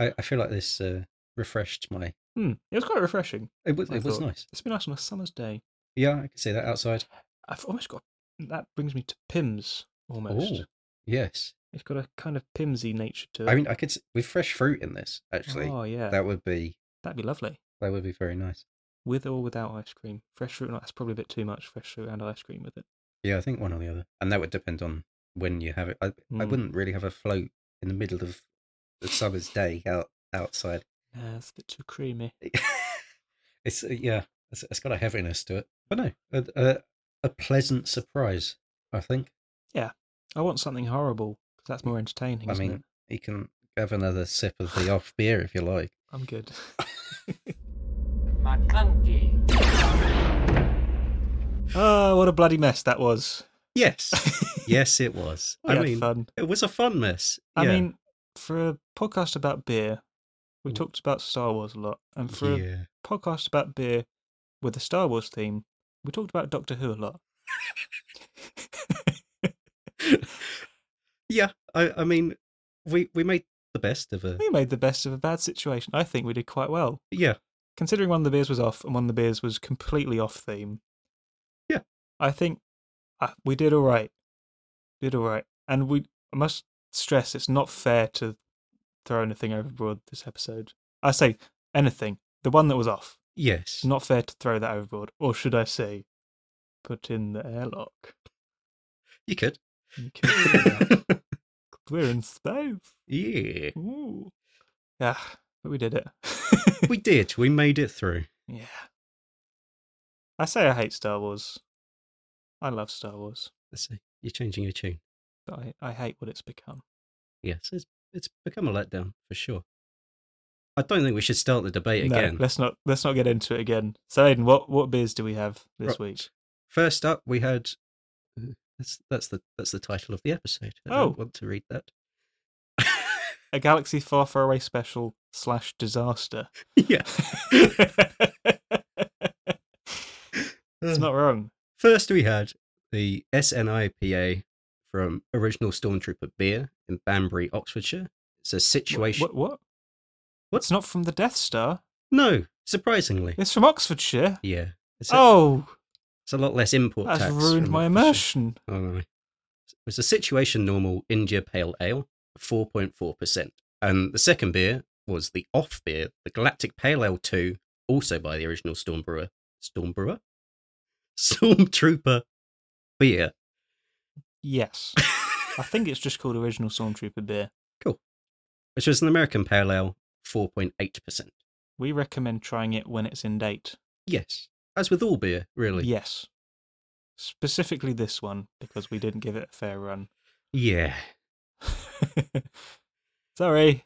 Speaker 2: I, I feel like this uh, refreshed my.
Speaker 1: Hmm, it was quite refreshing.
Speaker 2: It was
Speaker 1: I
Speaker 2: it was
Speaker 1: thought-
Speaker 2: nice.
Speaker 1: It's been nice on a summer's day.
Speaker 2: Yeah, I can see that outside.
Speaker 1: I've almost got that brings me to Pims almost.
Speaker 2: Yes,
Speaker 1: It's got a kind of Pimsy nature to it.
Speaker 2: I mean, I could s- with fresh fruit in this. Actually,
Speaker 1: oh yeah,
Speaker 2: that would be
Speaker 1: that'd be lovely.
Speaker 2: that would be very nice.
Speaker 1: With or without ice cream, fresh fruit. That's probably a bit too much fresh fruit and ice cream with it.
Speaker 2: Yeah, I think one or the other, and that would depend on when you have it. I, I
Speaker 1: Mm.
Speaker 2: wouldn't really have a float in the middle of the summer's day out outside. *laughs*
Speaker 1: Yeah, it's a bit too creamy.
Speaker 2: it's uh, yeah, it's, it's got a heaviness to it. But no, a, a, a pleasant surprise. I think
Speaker 1: I want something horrible because that's more entertaining.
Speaker 2: I
Speaker 1: isn't
Speaker 2: mean-
Speaker 1: it?
Speaker 2: you can have another sip of
Speaker 1: *sighs*
Speaker 2: the off beer if you like.
Speaker 1: I'm good.
Speaker 3: Monkey.
Speaker 1: oh, what a bloody mess that was.
Speaker 2: Yes, yes,
Speaker 1: *laughs*
Speaker 2: it was.
Speaker 1: We
Speaker 2: I
Speaker 1: had
Speaker 2: mean,
Speaker 1: fun.
Speaker 2: it was a fun mess.
Speaker 1: I
Speaker 2: Yeah.
Speaker 1: mean, for a podcast about beer, we talked about Star Wars a lot, and for a
Speaker 2: Mm. yeah.
Speaker 1: podcast about beer with a Star Wars theme, we talked about Doctor Who a lot.
Speaker 2: yeah, I, I mean, we we made the best of a
Speaker 1: We made the best of a bad situation. I think we did quite well.
Speaker 2: yeah.
Speaker 1: Considering one of the beers was off and one of the beers was completely off theme.
Speaker 2: Yeah.
Speaker 1: I think uh, we did all right. Did all right. And we I must stress it's not fair to throw anything overboard this episode. I say anything. The one that was off.
Speaker 2: Yes,
Speaker 1: It's not fair to throw that overboard. Or should I say, put in the airlock.
Speaker 2: you could.
Speaker 1: You
Speaker 2: *laughs*
Speaker 1: can- We're in space.
Speaker 2: yeah,
Speaker 1: Ooh. Yeah, but we did it. *laughs*
Speaker 2: we did. We made it through.
Speaker 1: yeah. I say I hate Star Wars. I love Star Wars,
Speaker 2: Let's see. You're changing your tune.
Speaker 1: but I, I hate what it's become.
Speaker 2: Yes, it's it's become a letdown for sure. I don't think we should start the debate again.
Speaker 1: No, let's not let's not get into it again. So Aiden, what what beers do we have this
Speaker 2: Right.
Speaker 1: week?
Speaker 2: First up, we had uh, that's that's the that's the title of the episode. I
Speaker 1: Oh.
Speaker 2: don't want to read
Speaker 1: *laughs*
Speaker 2: that.
Speaker 1: A Galaxy Far Far Away special slash disaster.
Speaker 2: yeah,
Speaker 1: it's not wrong.
Speaker 2: First, we had the SNIPA from Original Stormtrooper Beer in Banbury, Oxfordshire. It's a *laughs* situation.
Speaker 1: What, what?
Speaker 2: What?
Speaker 1: It's not from the Death Star.
Speaker 2: No,
Speaker 1: *laughs*
Speaker 2: surprisingly.
Speaker 1: It's from Oxfordshire.
Speaker 2: Yeah. It's a,
Speaker 1: Oh,
Speaker 2: it's a lot less import
Speaker 1: that's
Speaker 2: tax.
Speaker 1: ruined
Speaker 2: from
Speaker 1: my
Speaker 2: Oxfordshire.
Speaker 1: immersion.
Speaker 2: Oh, no. It's a situation normal India Pale Ale, 4.4%. And the second beer was the off beer, the Galactic Pale Ale 2, also by the original Stormbrewer. *laughs* Stormbrewer? Stormtrooper beer. *laughs*
Speaker 1: Yes. I think it's just called Original Stormtrooper Beer.
Speaker 2: which was an American Pale Ale, 4.8%.
Speaker 1: We recommend trying it when it's in date.
Speaker 2: Yes. As with all beer, really.
Speaker 1: Yes. Specifically this one, because we didn't give it a fair run. *laughs*
Speaker 2: Yeah.
Speaker 1: Sorry.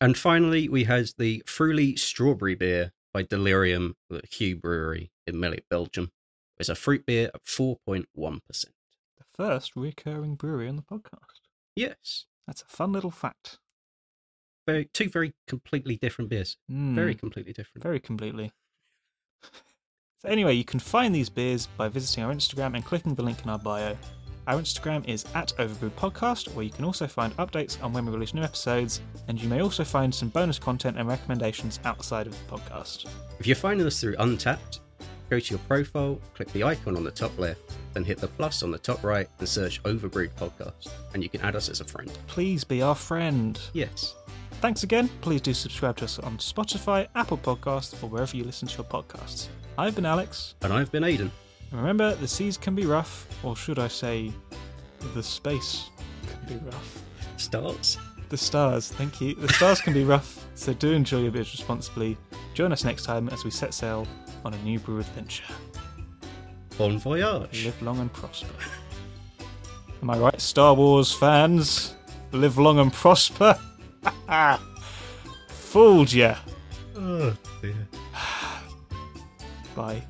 Speaker 2: And finally, we had the Fruly Strawberry Beer by Delirium at Hugh Brewery in Mellick, Belgium. It's a fruit beer at 4.1%.
Speaker 1: The first recurring brewery on the podcast.
Speaker 2: Yes.
Speaker 1: That's a fun little fact.
Speaker 2: Very, two very completely different beers.
Speaker 1: Mm,
Speaker 2: Very completely different.
Speaker 1: very completely. *laughs* So anyway, you can find these beers by visiting our Instagram and clicking the link in our bio. Our Instagram is at Overbrewed Podcast, where you can also find updates on when we release new episodes, and you may also find some bonus content and recommendations outside of the podcast.
Speaker 2: If you're finding us through Untapped, go to your profile, click the icon on the top left, then hit the plus on the top right and search Overbrewed Podcast, and you can add us as a friend.
Speaker 1: Please be our friend.
Speaker 2: Yes.
Speaker 1: Thanks again. Please do subscribe to us on Spotify, Apple Podcasts, or wherever you listen to your podcasts. I've been Alex.
Speaker 2: And I've been Aiden.
Speaker 1: And remember, the seas can be rough, or should I say, the space can be rough.
Speaker 2: Starts.
Speaker 1: The stars, thank you. The stars can be rough, so do enjoy your beers responsibly. Join us next time as we set sail on a new brew adventure.
Speaker 2: Bon voyage.
Speaker 1: Live long and prosper. *laughs* Am I right, Star Wars fans? Live long and prosper? *laughs* Fooled ya!
Speaker 2: Oh dear.
Speaker 1: Bye.